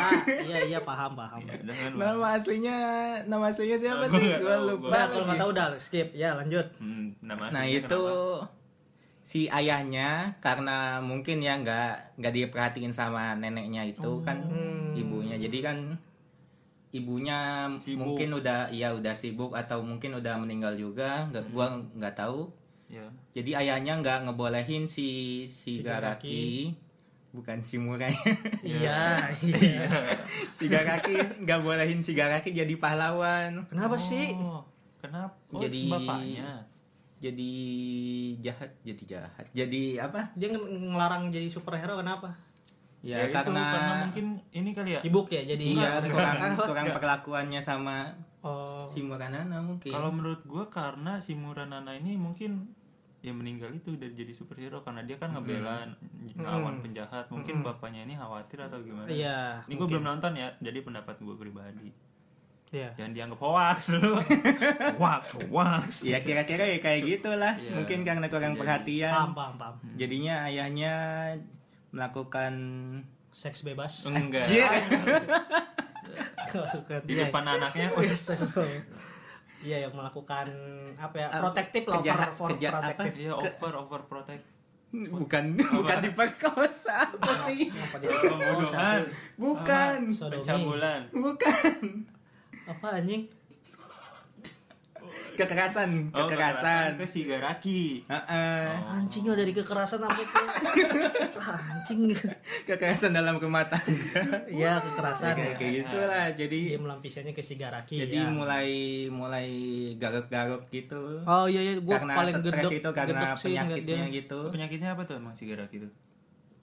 Speaker 1: iya, iya paham, paham.
Speaker 3: Ya, udah kan, Bang.
Speaker 2: nama aslinya nama aslinya siapa
Speaker 3: Ah, gua
Speaker 2: sih
Speaker 3: nggak
Speaker 2: gua
Speaker 3: tahu,
Speaker 2: lupa
Speaker 1: Udah, kalau
Speaker 2: lagi.
Speaker 1: nggak tahu udah skip. Ya, lanjut.
Speaker 3: Hmm, nama
Speaker 2: nah
Speaker 3: aslinya
Speaker 2: itu
Speaker 3: kenapa?
Speaker 2: si ayahnya karena mungkin ya nggak nggak diperhatiin sama neneknya itu
Speaker 3: Oh.
Speaker 2: kan ibunya jadi kan ibunya m-
Speaker 3: Sibuk.
Speaker 2: mungkin udah ya udah sibuk atau mungkin udah meninggal juga
Speaker 3: Hmm.
Speaker 2: nggak gua nggak tahu
Speaker 3: Ya.
Speaker 2: jadi ayahnya nggak ngebolehin si si
Speaker 1: Shigaraki.
Speaker 2: Garaki bukan si Murai
Speaker 3: (laughs)
Speaker 1: Iya, iya.
Speaker 2: si Garaki nggak bolehin si Garaki jadi pahlawan
Speaker 1: Kenapa sih?
Speaker 3: Oh, kenapa? Oh,
Speaker 2: Jadi-
Speaker 3: bapaknya.
Speaker 2: jadi jahat jadi jahat jadi apa
Speaker 1: Dia ng- ngelarang jadi superhero kenapa?
Speaker 2: ya,
Speaker 3: itu,
Speaker 2: karena,
Speaker 3: karena mungkin ini kali ya.
Speaker 1: Sibuk ya jadi (laughs)
Speaker 2: iya
Speaker 1: mereka-
Speaker 2: kurang (laughs)
Speaker 1: Kenapa?
Speaker 2: kurang perlakuannya sama
Speaker 1: Oh,
Speaker 2: si Muranana mungkin
Speaker 3: Kalau menurut gue karena si Muranana ini mungkin ya meninggal itu udah jadi superhero karena dia kan ngebela lawan penjahat. Mungkin bapaknya ini khawatir atau gimana?
Speaker 1: iya.
Speaker 3: Ini gue belum nonton ya, jadi pendapat gue pribadi.
Speaker 1: Iya.
Speaker 3: Jangan dianggap hoax lu. hoax, hoax.
Speaker 2: ya kira-kira ya kayak gitulah
Speaker 3: Iya.
Speaker 2: mungkin karena kurang
Speaker 1: Paham,
Speaker 2: perhatian
Speaker 1: paham, paham.
Speaker 2: jadinya ayahnya melakukan
Speaker 1: Seks bebas. (laughs)
Speaker 3: Enggak.
Speaker 2: Anjir.
Speaker 1: Melakukan-
Speaker 3: Di
Speaker 1: Iya,
Speaker 3: depan anaknya. wih,
Speaker 1: Iya yang melakukan apa ya?
Speaker 2: Apa?
Speaker 1: Protektif lah
Speaker 2: Kejahat-
Speaker 1: over,
Speaker 2: keja- apa?
Speaker 1: protective.
Speaker 3: Iya, over over protect.
Speaker 2: (laughs) bukan bukan diperkosa apa
Speaker 1: Iya.
Speaker 2: sih
Speaker 1: Apa dia?
Speaker 3: Pembunuhan,
Speaker 2: bukan
Speaker 1: Sodomi.
Speaker 3: pencabulan.
Speaker 2: bukan
Speaker 1: Apa anjing?
Speaker 2: kekerasan
Speaker 3: Oh,
Speaker 2: kekerasan
Speaker 3: Ke Sigaraki.
Speaker 2: Heeh.
Speaker 1: Oh. Anjing udah dari kekerasan sampai ke anjing.
Speaker 2: kekerasan dalam rumah tangga
Speaker 1: (laughs) Iya, kekerasan.
Speaker 2: kayak
Speaker 1: ya.
Speaker 2: kayak gitulah
Speaker 1: Dia
Speaker 2: jadi
Speaker 1: melampisannya ke Sigaraki
Speaker 2: jadi
Speaker 1: ya.
Speaker 2: mulai mulai garuk-garuk gitu
Speaker 1: Oh iya iya gua
Speaker 2: karena
Speaker 1: paling
Speaker 2: stres
Speaker 1: gedek
Speaker 2: itu
Speaker 1: gedek
Speaker 2: karena
Speaker 1: sih ngeliat
Speaker 2: penyakitnya
Speaker 1: dia.
Speaker 2: gitu
Speaker 3: Penyakitnya apa tuh emang Sigaraki itu?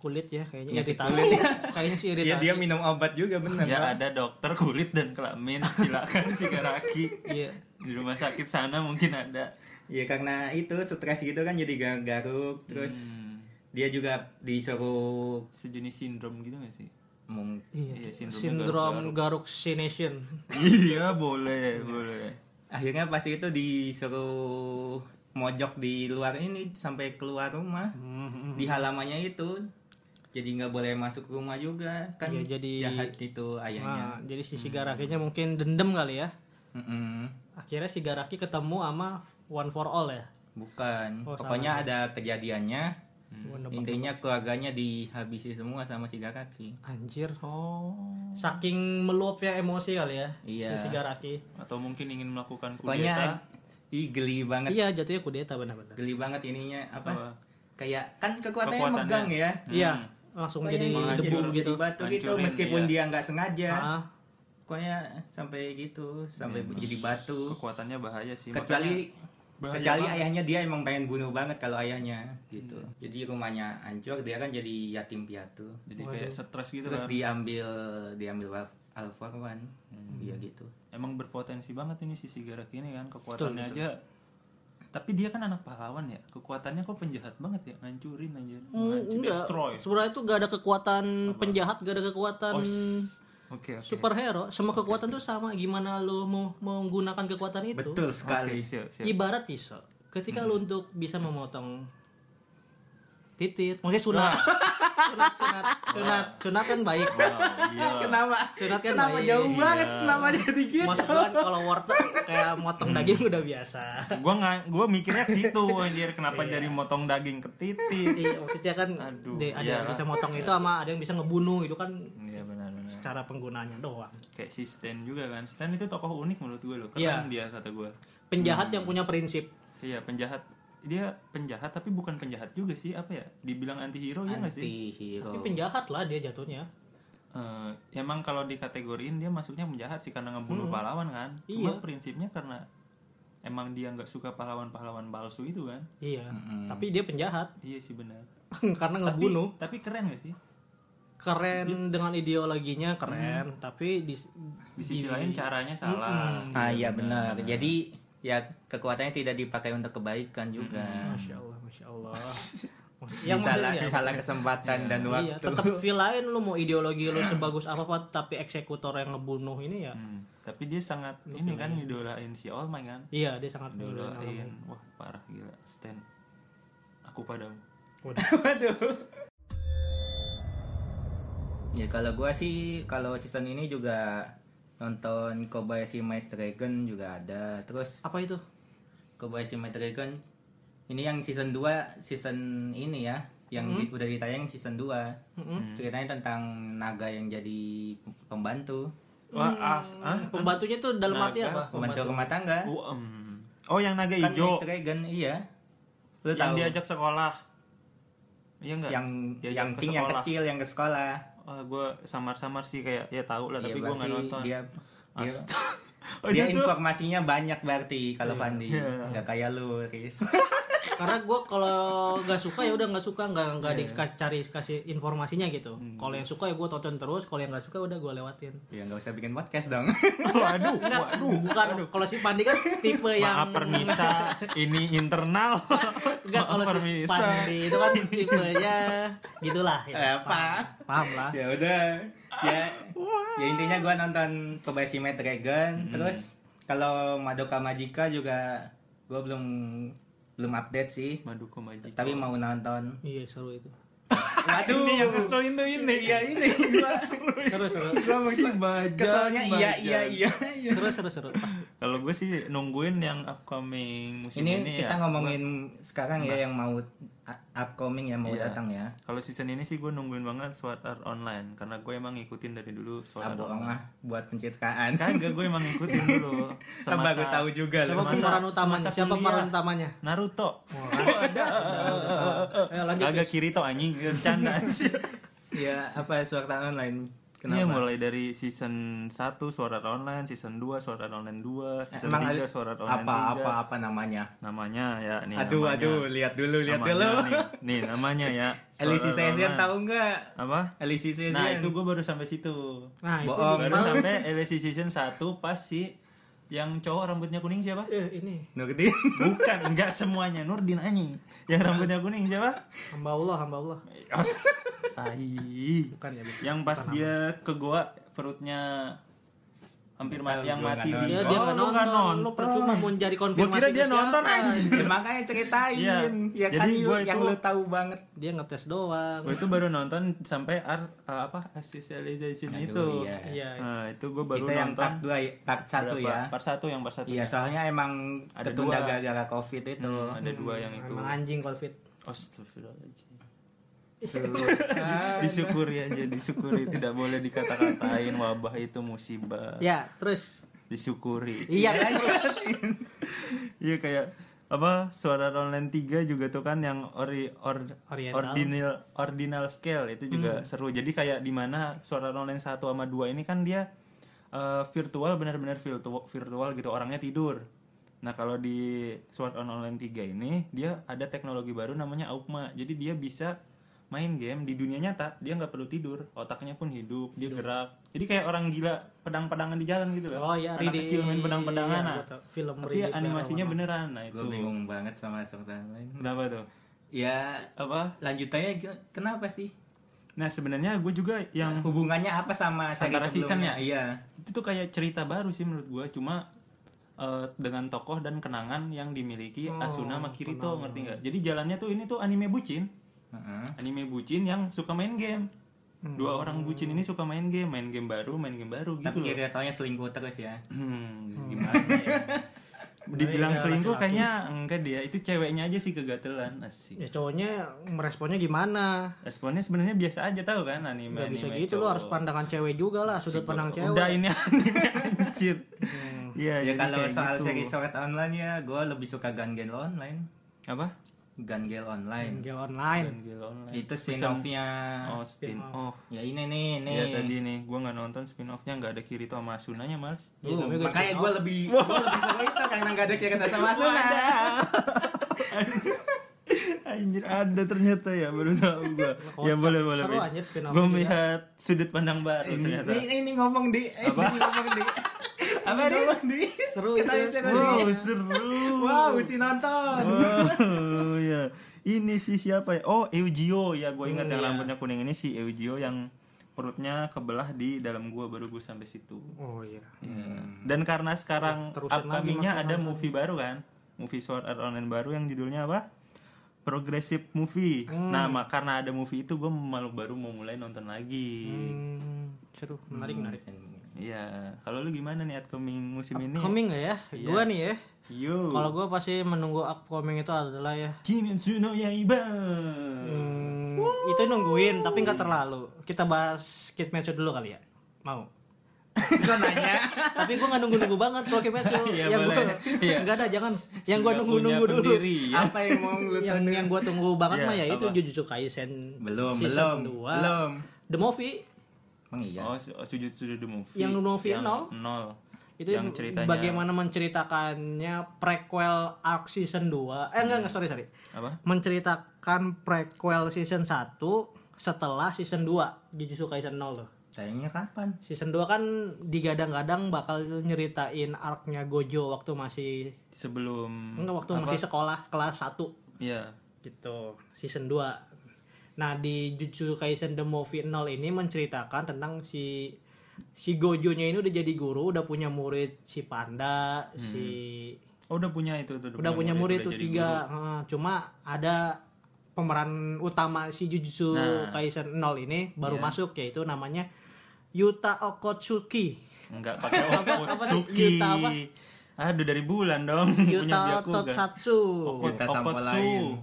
Speaker 1: kulit ya kayaknya
Speaker 2: Penyakit
Speaker 1: iritasi. (laughs) kayaknya sih iritasi.
Speaker 2: ya dia minum obat juga bener kan?
Speaker 3: Ya
Speaker 2: Pak.
Speaker 3: ada dokter kulit dan kelamin, silakan (laughs) Sigaraki.
Speaker 1: Iya.
Speaker 3: Di rumah sakit sana mungkin ada.
Speaker 2: ya karena itu stres gitu kan jadi garuk-garuk terus
Speaker 3: Hmm,
Speaker 2: dia juga disuruh
Speaker 3: sejenis sindrom gitu gak sih?
Speaker 2: mung-
Speaker 1: Iya.
Speaker 3: Iya, sindrom
Speaker 1: Sindrom garuk sination.
Speaker 3: iya, boleh, boleh.
Speaker 2: akhirnya pasti itu disuruh mojok di luar ini sampai keluar rumah
Speaker 1: Hmm.
Speaker 2: di halamannya itu jadi nggak boleh masuk rumah juga kan
Speaker 1: Ya, jadi-
Speaker 2: jahat itu ayahnya
Speaker 1: Nah, jadi si
Speaker 2: Mhm.
Speaker 1: Sigarakinya mungkin dendam kali ya.
Speaker 2: Mm-mm.
Speaker 1: Akhirnya Sigaraki ketemu sama One for All ya.
Speaker 2: bukan
Speaker 1: Oh,
Speaker 2: pokoknya ada kejadiannya Mhm.
Speaker 1: Wonder Woman.
Speaker 2: intinya keluarganya dihabisi semua sama si Garaki
Speaker 1: Anjir.
Speaker 3: Oh.
Speaker 1: Saking meluapnya emosi kali ya
Speaker 2: Iya.
Speaker 1: si Sigaraki.
Speaker 3: Atau mungkin ingin melakukan
Speaker 2: pokoknya
Speaker 3: kudeta.
Speaker 2: ih geli banget
Speaker 1: Iya, jatuhnya kudeta benar-benar.
Speaker 2: geli banget ininya apa
Speaker 3: Apa?
Speaker 2: kayak kan kekuatannya,
Speaker 3: Kekuatannya.
Speaker 2: megang ya
Speaker 1: Iya, langsung
Speaker 2: Pokoknya
Speaker 1: jadi
Speaker 2: iya,
Speaker 1: debu
Speaker 3: hancur.
Speaker 1: gitu.
Speaker 2: jadi batu gitu
Speaker 3: Hancurin,
Speaker 2: meskipun
Speaker 3: iya.
Speaker 2: dia nggak sengaja
Speaker 1: Ah,
Speaker 2: pokoknya sampai gitu sampai jadi batu
Speaker 3: Kekuatannya bahaya sih.
Speaker 2: kecuali
Speaker 3: Hmm. Bahaya
Speaker 2: kecuali
Speaker 3: banget.
Speaker 2: ayahnya dia emang pengen bunuh banget kalau ayahnya gitu jadi rumahnya hancur dia kan jadi yatim piatu
Speaker 3: Makanya Jadi kayak stres gitu
Speaker 2: terus
Speaker 3: kan.
Speaker 2: diambil diambil Wal- Alfarwan
Speaker 3: Hmm.
Speaker 2: dia gitu
Speaker 3: Emang berpotensi banget ini si Sigaraki ini kan kekuatannya aja. Tapi dia kan anak pahlawan ya. Kekuatannya kok penjahat banget ya, ngancurin aja.
Speaker 1: enggak.
Speaker 3: Nah, destroy.
Speaker 1: Sebenarnya itu gak ada kekuatan penjahat, gak ada kekuatan
Speaker 3: Oh, s- Oke, oke.
Speaker 1: superhero semua kekuatan tuh sama gimana lo mau menggunakan kekuatan itu
Speaker 2: betul sekali
Speaker 3: Oke, siap, siap. Hmm.
Speaker 1: ibarat pisau ketika lo untuk bisa memotong titit maksudnya sunat sunat sunat sunat sunat kan baik
Speaker 3: Wow, gila.
Speaker 2: kenapa
Speaker 1: Sunat kan
Speaker 2: kenapa
Speaker 1: baik.
Speaker 2: jauh
Speaker 1: Iya.
Speaker 2: banget kenapa (laughs) jadi gitu
Speaker 1: Mas gua kan kalau wortel kayak motong
Speaker 3: Hmm.
Speaker 1: daging udah biasa
Speaker 3: gua nggak gua mikirnya ke
Speaker 1: (laughs)
Speaker 3: situ anjir kenapa jadi motong daging ke titik
Speaker 1: Iya, maksudnya kan
Speaker 3: Aduh,
Speaker 1: de- ada yang
Speaker 3: iyalah.
Speaker 1: bisa motong itu sama ada yang bisa ngebunuh itu kan
Speaker 3: iya benar-benar
Speaker 1: cara penggunanya doang
Speaker 3: kayak si Stan juga kan Stan itu tokoh unik menurut gue loh
Speaker 1: Iya.
Speaker 3: keren dia kata gue
Speaker 1: penjahat
Speaker 3: Hmm.
Speaker 1: yang punya prinsip
Speaker 3: iya penjahat dia penjahat tapi bukan penjahat juga sih apa ya dibilang anti hero ya nggak sih
Speaker 1: tapi
Speaker 2: hero
Speaker 1: penjahat lah dia jatuhnya
Speaker 3: Eh, emang kalau dikategoriin dia masuknya penjahat sih karena ngebunuh pahlawan kan
Speaker 1: Iya.
Speaker 3: cuma prinsipnya karena emang dia nggak suka pahlawan-pahlawan palsu itu kan
Speaker 1: iya tapi dia penjahat (laughs)
Speaker 3: iya sih benar
Speaker 1: karena ngebunuh
Speaker 3: tapi keren gak sih
Speaker 1: keren dengan ideologinya keren tapi di,
Speaker 3: di sisi lain caranya salah
Speaker 2: ah iya benar jadi ya kekuatannya tidak dipakai untuk kebaikan juga
Speaker 1: masya allah masya (laughs) allah
Speaker 2: yang salah
Speaker 1: penting ya-
Speaker 2: salah kesempatan dan
Speaker 1: Iya,
Speaker 2: waktu
Speaker 1: tetap feel lain lu mau ideologi (clears throat) lu sebagus apa tapi eksekutor yang ngebunuh ini ya.
Speaker 3: Hmm, tapi dia sangat ini kan idolain si All Might kan
Speaker 1: Iya, dia sangat ngebunuh orang
Speaker 3: idolain
Speaker 1: lain.
Speaker 3: wah parah gila Stan aku
Speaker 2: Iya.
Speaker 3: padamu
Speaker 1: Waduh.
Speaker 2: ya kalau gua sih kalau season ini juga nonton Kobayashi Maid Dragon juga ada terus
Speaker 1: Apa itu?
Speaker 2: Kobayashi Maid Dragon ini yang season 2 season ini ya yang di- udah ditayang season 2 ceritanya tentang naga yang jadi pembantu
Speaker 3: wah as ah
Speaker 1: Pembantunya tuh dalam
Speaker 3: Naga,
Speaker 1: arti apa?
Speaker 2: pembantu rumah tangga
Speaker 3: Oh, em. oh yang naga
Speaker 2: kan Maid
Speaker 3: hijau
Speaker 2: Dragon iya lu
Speaker 3: yang
Speaker 2: tahu
Speaker 3: diajak sekolah iya (laughs) enggak
Speaker 2: yang
Speaker 3: Diajak
Speaker 2: yang
Speaker 3: ke
Speaker 2: ting yang
Speaker 3: sekolah.
Speaker 2: kecil yang ke sekolah
Speaker 3: gue samar-samar sih kayak ya tahu lah
Speaker 2: Iya,
Speaker 3: tapi gue nggak
Speaker 2: berarti
Speaker 3: nonton
Speaker 2: dia dia,
Speaker 3: Astaga. (laughs) Oh,
Speaker 2: dia
Speaker 3: itu- Iya.
Speaker 2: informasinya banyak berarti kalau Fandi nggak kayak lu
Speaker 3: (laughs)
Speaker 2: Riz
Speaker 1: Karena gue kalau nggak suka ya udah nggak suka, nggak nggak dicari kasih informasinya gitu. Kalau yang suka ya gue tonton terus, kalau yang nggak suka udah gue lewatin.
Speaker 2: ya nggak usah bikin podcast dong (laughs)
Speaker 3: waduh waduh
Speaker 1: Bukan kalau si Pandi kan
Speaker 3: (laughs)
Speaker 1: tipe
Speaker 3: maaf
Speaker 1: yang
Speaker 3: permisa ini internal (laughs)
Speaker 1: Enggak kalau si
Speaker 3: maaf permisa
Speaker 1: Pandi itu kan tipenya gitulah ya.
Speaker 2: Eh, Pak.
Speaker 1: Paham
Speaker 3: Ah.
Speaker 1: lah.
Speaker 2: ya udah ya ya intinya gua nonton Kobayashi Maid Dragon terus kalau Madoka Magica juga gua belum belum update sih
Speaker 3: Maduko Majiko
Speaker 2: tapi mau
Speaker 3: (laughs)
Speaker 2: nonton
Speaker 1: Iya seru itu.
Speaker 2: waduh
Speaker 3: ini yang ngeselin tuh ini
Speaker 2: iya ini gua
Speaker 3: (laughs)
Speaker 1: Seru seru.
Speaker 2: gua maksud-
Speaker 3: Bajan,
Speaker 2: keselnya iya
Speaker 3: Bajan.
Speaker 2: iya iya
Speaker 1: Seru seru seru pasti.
Speaker 3: Kalau gue sih nungguin yang upcoming musim
Speaker 2: ini
Speaker 3: ini,
Speaker 2: kita
Speaker 3: ya.
Speaker 2: ngomongin sekarang ya yang mau u- upcoming ya mau
Speaker 3: Iya.
Speaker 2: datang ya
Speaker 3: Kalau season ini sih gue nungguin banget Sword Art Online karena gue emang ngikutin dari dulu Sword
Speaker 2: Ah,
Speaker 3: Art
Speaker 2: bohong
Speaker 3: Online.
Speaker 2: lah buat pencitraan.
Speaker 3: Kagak gue emang ngikutin dulu.
Speaker 2: (laughs) Kan baru tahu juga
Speaker 1: Siapa
Speaker 2: loh.
Speaker 3: Masa-
Speaker 1: pemeran utamanya?
Speaker 3: masa
Speaker 1: Siapa
Speaker 3: kuliah.
Speaker 1: pemeran utamanya?
Speaker 3: Naruto.
Speaker 2: Eh,
Speaker 1: Ayo lanjut.
Speaker 3: Kagak Kirito anjing
Speaker 2: (laughs)
Speaker 3: bercanda anjir.
Speaker 2: Ya apa suara online?
Speaker 3: Iya
Speaker 2: Kenapa?
Speaker 3: mulai dari season 1 Sword Art Online, season 2 Sword Art Online 2, season
Speaker 2: Emang
Speaker 3: 3
Speaker 2: ada-
Speaker 3: Sword Art Online
Speaker 2: apa
Speaker 3: 3.
Speaker 2: apa apa namanya?
Speaker 3: Namanya ya nih
Speaker 2: aduh
Speaker 3: namanya.
Speaker 2: aduh lihat dulu lihat
Speaker 3: Namanya
Speaker 2: dulu. (laughs)
Speaker 3: Nih, nih, namanya ya. Sword
Speaker 2: Elisi
Speaker 3: Art
Speaker 2: Sezian
Speaker 3: Online.
Speaker 2: tahu nggak?
Speaker 3: apa?
Speaker 2: Elisi Sezian.
Speaker 3: Nah, itu gue baru sampai situ.
Speaker 1: Nah, itu
Speaker 2: Bohong.
Speaker 1: di-
Speaker 3: baru sampai LSC season 1 pas si yang cowok rambutnya kuning siapa?
Speaker 1: eh, ini
Speaker 2: Nurdin.
Speaker 3: Bukan, enggak semuanya Nurdin Anyi. Yang rambutnya kuning siapa?
Speaker 1: hamba Allah, hamba Allah.
Speaker 3: Os. Tai.
Speaker 1: Bukan ya, bukan.
Speaker 3: Yang pas dia ke goa perutnya hampir mati yang
Speaker 2: gua
Speaker 3: mati
Speaker 2: nggak
Speaker 1: Iya, Dia
Speaker 3: Oh,
Speaker 1: dia nggak
Speaker 3: lu
Speaker 1: nonton,
Speaker 3: nggak
Speaker 1: lu percuma mau cari
Speaker 3: Gua
Speaker 1: konfirmasi.
Speaker 3: kira dia
Speaker 1: ke siapa.
Speaker 3: nonton anjing.
Speaker 2: Ya, (laughs) makanya ceritain.
Speaker 3: Iya.
Speaker 2: Ya kan
Speaker 3: Jadi
Speaker 2: lu-
Speaker 3: gua
Speaker 2: yang
Speaker 3: itu-
Speaker 2: lu tahu banget.
Speaker 1: Dia ngetes doang.
Speaker 3: Gue itu baru nonton sampai art uh, apa Assassination itu.
Speaker 2: Aduh, iya.
Speaker 1: Iya.
Speaker 3: Nah, itu gue baru
Speaker 2: itu yang
Speaker 3: nonton
Speaker 2: part 2 part 1
Speaker 3: berapa?
Speaker 2: ya.
Speaker 3: Part 1 yang part 1.
Speaker 2: Iya, soalnya emang
Speaker 3: Ada
Speaker 2: ketunda
Speaker 3: dua. Hmm,
Speaker 2: gara-gara Covid itu.
Speaker 3: Ada dua yang itu.
Speaker 1: Emang anjing Covid.
Speaker 3: Astagfirullahaladzim disyukuri aja disyukuri tidak boleh dikata-katain wabah itu musibah
Speaker 1: Ya, terus
Speaker 3: disyukuri
Speaker 1: iya terus
Speaker 3: (laughs) iya kayak apa suara online 3 juga tuh kan yang ori or,
Speaker 1: Oriental.
Speaker 3: ordinal ordinal scale itu juga seru jadi kayak dimana suara online 1 sama 2 ini kan dia eh, virtual benar-benar virtual virtual gitu orangnya tidur nah kalau di suara online 3 ini dia ada teknologi baru namanya augma jadi dia bisa main game di dunia nyata dia nggak perlu tidur otaknya pun hidup dia gerak jadi kayak orang gila pedang-pedangan di jalan gitu
Speaker 1: Oh
Speaker 3: loh
Speaker 1: iya,
Speaker 3: anak
Speaker 1: Riddick.
Speaker 3: kecil main
Speaker 1: Iya,
Speaker 3: pedang-pedangan nah.
Speaker 1: gua tau. Film
Speaker 3: tapi
Speaker 1: Riddick
Speaker 3: animasinya beneran nah itu
Speaker 2: Gue bingung banget sama suara online.
Speaker 3: kenapa tuh
Speaker 2: Ya
Speaker 3: apa
Speaker 2: lanjutannya gimana- kenapa sih
Speaker 3: Nah sebenarnya gue juga yang
Speaker 2: Hubungannya apa sama seri
Speaker 3: Antara
Speaker 2: sebelumnya?
Speaker 3: seasonnya.
Speaker 2: Iya.
Speaker 3: itu tuh kayak cerita baru sih menurut gue cuma eh, dengan tokoh dan kenangan yang dimiliki
Speaker 1: Oh,
Speaker 3: Asuna sama Kirito ngerti nggak jadi jalannya tuh ini tuh anime bucin
Speaker 2: Heeh.
Speaker 3: anime bucin yang suka main game
Speaker 1: Hmm.
Speaker 3: dua orang bucin ini suka main game main game baru main game baru gitu
Speaker 2: Tapi ya-
Speaker 3: loh
Speaker 2: kira-kiranya selingkuh terus ya.
Speaker 3: Hmm, (clears throat)
Speaker 1: (laughs)
Speaker 3: gimana ya dibilang
Speaker 1: Iya,
Speaker 3: selingkuh
Speaker 1: laki-laki.
Speaker 3: kayaknya enggak dia itu ceweknya aja sih kegatelan asik
Speaker 1: ya cowoknya meresponnya gimana
Speaker 3: responnya sebenarnya biasa aja tahu kan anime
Speaker 1: nggak bisa
Speaker 3: anime
Speaker 1: gitu lo
Speaker 3: cowok.
Speaker 1: harus pandangan cewek juga lah sudut pandang cewek Hmm.
Speaker 3: udah ini (laughs) anime anjir Iya,
Speaker 2: Ya
Speaker 3: jadi
Speaker 2: kalau
Speaker 3: kayak
Speaker 2: soal
Speaker 3: gitu.
Speaker 2: seri short online ya, gue lebih suka Gangel Online.
Speaker 3: apa
Speaker 2: Gangel Online.
Speaker 1: Game online
Speaker 3: Gangil online
Speaker 2: Itu spin off-nya.
Speaker 3: Hmm. oh spin off
Speaker 2: Ya ini nih, nih.
Speaker 3: Iya tadi nih gue nggak nonton spin offnya nggak ada Kirito sama Asunanya males
Speaker 2: Uh,
Speaker 1: namanya gua
Speaker 2: makanya gue lebih gua lebih suka itu karena nggak ada cerita sama Asuna.
Speaker 3: (laughs) Anjir ada ternyata ya baru tahu gue
Speaker 1: kocak.
Speaker 3: ya boleh boleh
Speaker 1: Seru anjir ya. spin off-nya
Speaker 3: gue
Speaker 1: juga.
Speaker 3: melihat sudut pandang baru
Speaker 2: Ini,
Speaker 3: ternyata
Speaker 2: ini- ini ngomong di, eh, ini ngomong di.
Speaker 3: apa
Speaker 2: Ini
Speaker 3: Dis?
Speaker 2: ngomong di.
Speaker 1: seru
Speaker 2: Kita
Speaker 1: itu
Speaker 2: bisa
Speaker 3: wow
Speaker 2: di.
Speaker 3: seru
Speaker 2: Wow, si nonton.
Speaker 3: wow ya ini si siapa ya oh Eugeo ya gue ingat yang
Speaker 1: Iya.
Speaker 3: rambutnya kuning ini si Eugeo yang perutnya kebelah di dalam gua baru gue sampai situ
Speaker 1: oh iya
Speaker 3: Dan karena sekarang
Speaker 1: Terusin
Speaker 3: upcomingnya
Speaker 1: lagi
Speaker 3: ada movie baru kan, movie short art online baru yang judulnya apa? Progressive movie.
Speaker 1: Hmm.
Speaker 3: Nah, ma- karena ada movie itu gue malu baru mau mulai nonton lagi.
Speaker 1: Hmm, seru menarik menarik
Speaker 3: Iya, kalau lu gimana nih upcoming musim ini?
Speaker 1: coming nggak ya
Speaker 3: Iya.
Speaker 1: gua nih ya
Speaker 3: Yo.
Speaker 1: kalau gua pasti menunggu upcoming itu adalah ya
Speaker 3: Kimetsu no Yaiba.
Speaker 1: Hmm, itu nungguin tapi nggak terlalu kita bahas Kimetsu dulu kali ya (laughs) mau
Speaker 2: Kok nanya?
Speaker 1: tapi gue nggak nunggu nunggu banget kalau Kimetsu
Speaker 3: Iya,
Speaker 1: yang
Speaker 3: boleh.
Speaker 1: gue (laughs)
Speaker 3: Iya.
Speaker 1: nggak ada jangan yang
Speaker 3: Sudah
Speaker 1: gue nunggu nunggu
Speaker 3: punya
Speaker 1: dulu
Speaker 3: pendiri, ya.
Speaker 2: Apa yang mau lu
Speaker 1: yang yang gue tunggu banget
Speaker 3: Iya,
Speaker 1: mah ya itu
Speaker 3: apa?
Speaker 1: Jujutsu Kaisen
Speaker 2: Belum, belum,
Speaker 1: season 2
Speaker 2: belum.
Speaker 1: The Movie
Speaker 2: Emang iya.
Speaker 3: Oh, su- oh, Sujutsu the movie.
Speaker 1: Ya. Yang movie
Speaker 3: Yang
Speaker 1: nol.
Speaker 3: nol.
Speaker 1: itu
Speaker 3: yang ceritanya
Speaker 1: bagaimana menceritakannya prequel arc season 2 eh enggak enggak sorry sorry
Speaker 3: apa?
Speaker 1: menceritakan prequel season 1 setelah season 2 Jujutsu Kaisen 0 loh
Speaker 2: Sayangnya kapan?
Speaker 1: Season 2 kan digadang-gadang bakal nyeritain arc-nya Gojo waktu masih
Speaker 3: Sebelum
Speaker 1: enggak waktu masih sekolah kelas 1
Speaker 3: Iya.
Speaker 1: gitu. Season 2. Nah, di Jujutsu Kaisen The Movie 0 ini menceritakan tentang si si Gojo-nya ini udah jadi guru, udah punya murid si Panda, si
Speaker 3: Oh, udah punya itu tuh.
Speaker 1: udah punya murid
Speaker 3: udah
Speaker 1: tuh
Speaker 3: jadi
Speaker 1: tiga Heeh, cuma ada pemeran utama si Jujutsu
Speaker 3: Nah. Iya.
Speaker 1: Kaisen 0 ini baru masuk yaitu namanya Yuta Okotsuki
Speaker 3: Enggak pakai
Speaker 1: (laughs) apa
Speaker 3: Okotsuki.
Speaker 1: Yuta apa?
Speaker 3: Aduh dari bulan dong punya
Speaker 1: Yuta
Speaker 3: Byakugan. Oh,
Speaker 1: Totsatsu
Speaker 3: Okot-
Speaker 2: Yuta sampo
Speaker 3: Okotsu.
Speaker 2: lain.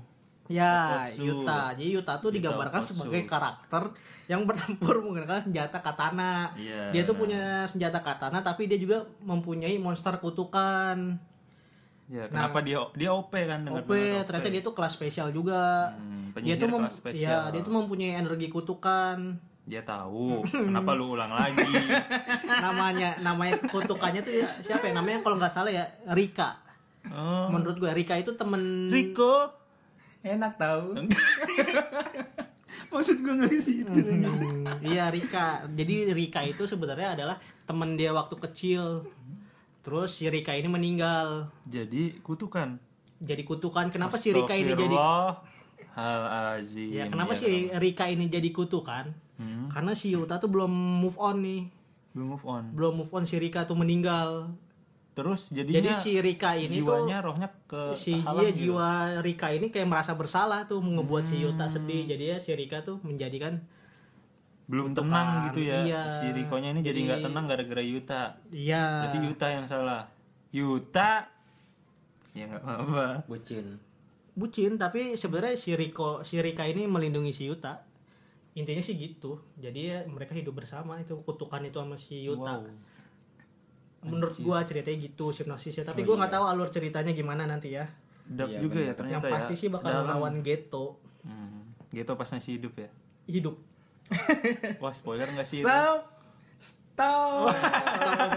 Speaker 1: ya
Speaker 3: Okotsu.
Speaker 1: Yuta jadi Yuta tuh digambarkan
Speaker 3: Okotsu.
Speaker 1: sebagai karakter yang bertempur (laughs) menggunakan senjata katana
Speaker 3: Iya.
Speaker 1: dia tuh punya senjata katana tapi dia juga mempunyai monster kutukan
Speaker 3: Ya, kenapa dia dia OP kan dengar
Speaker 1: OP Nah. ternyata dia tuh kelas spesial juga
Speaker 3: Hmm,
Speaker 1: dia tuh
Speaker 3: penyihir
Speaker 1: mem-
Speaker 3: kelas spesial.
Speaker 1: ya dia tuh mempunyai energi kutukan
Speaker 3: Dia
Speaker 1: (laughs)
Speaker 3: tahu. kenapa lu ulang lagi?
Speaker 1: namanya namanya kutukannya tuh ya, siapa ya namanya kalau nggak salah ya Rika
Speaker 3: Oh.
Speaker 1: menurut gue Rika itu temen
Speaker 3: Rico.
Speaker 2: Enak tahu.
Speaker 3: Maksud gue nggak di situ.
Speaker 1: Iya Rika. Jadi Rika itu sebenarnya adalah teman dia waktu kecil. Terus si Rika ini meninggal.
Speaker 3: Jadi kutukan.
Speaker 1: Jadi kutukan. Kenapa si Rika ini jadi
Speaker 3: hal azim.
Speaker 1: Ya, kenapa si
Speaker 3: Iya,
Speaker 1: Rika ini jadi kutukan?
Speaker 3: Hmm.
Speaker 1: Karena si Yuta tuh belum move on nih.
Speaker 3: Belum move on.
Speaker 1: Belum move on si Rika tuh meninggal.
Speaker 3: Terus jadinya
Speaker 1: Jadi si Rika ini
Speaker 3: jiwanya
Speaker 1: tuh
Speaker 3: rohnya ke
Speaker 1: si dia
Speaker 3: kehalang gitu. Hmm.
Speaker 1: jiwa Rika ini kayak merasa bersalah tuh ngebuat si Yuta sedih. Jadi ya si Rika tuh menjadikan
Speaker 3: belum tenang gitu ya
Speaker 1: Iya.
Speaker 3: si Rikonya ini jadi
Speaker 1: Jadi-
Speaker 3: nggak tenang gara-gara Yuta
Speaker 1: iya
Speaker 3: Berarti Yuta yang salah. Yuta. Ya nggak apa-apa.
Speaker 2: Bucin.
Speaker 1: bucin tapi sebenarnya si Riko si Rika ini melindungi si Yuta intinya sih gitu jadi ya mereka hidup bersama itu kutukan itu sama si Yuta
Speaker 3: Wow.
Speaker 1: menurut gua ceritanya gitu sinopsisnya tapi
Speaker 3: Oh iya.
Speaker 1: gua nggak tahu alur ceritanya gimana nanti ya
Speaker 3: Dark
Speaker 2: Iya,
Speaker 3: juga ya
Speaker 2: bener.
Speaker 3: ternyata
Speaker 1: yang
Speaker 3: ya.
Speaker 1: pasti sih bakal
Speaker 3: Dalam.
Speaker 1: melawan Geto
Speaker 3: Hmm. Gitu pas masih hidup
Speaker 1: (laughs)
Speaker 3: ya. (laughs)
Speaker 1: hidup
Speaker 3: Wah spoiler nggak sih? itu?
Speaker 2: Stop. Stop.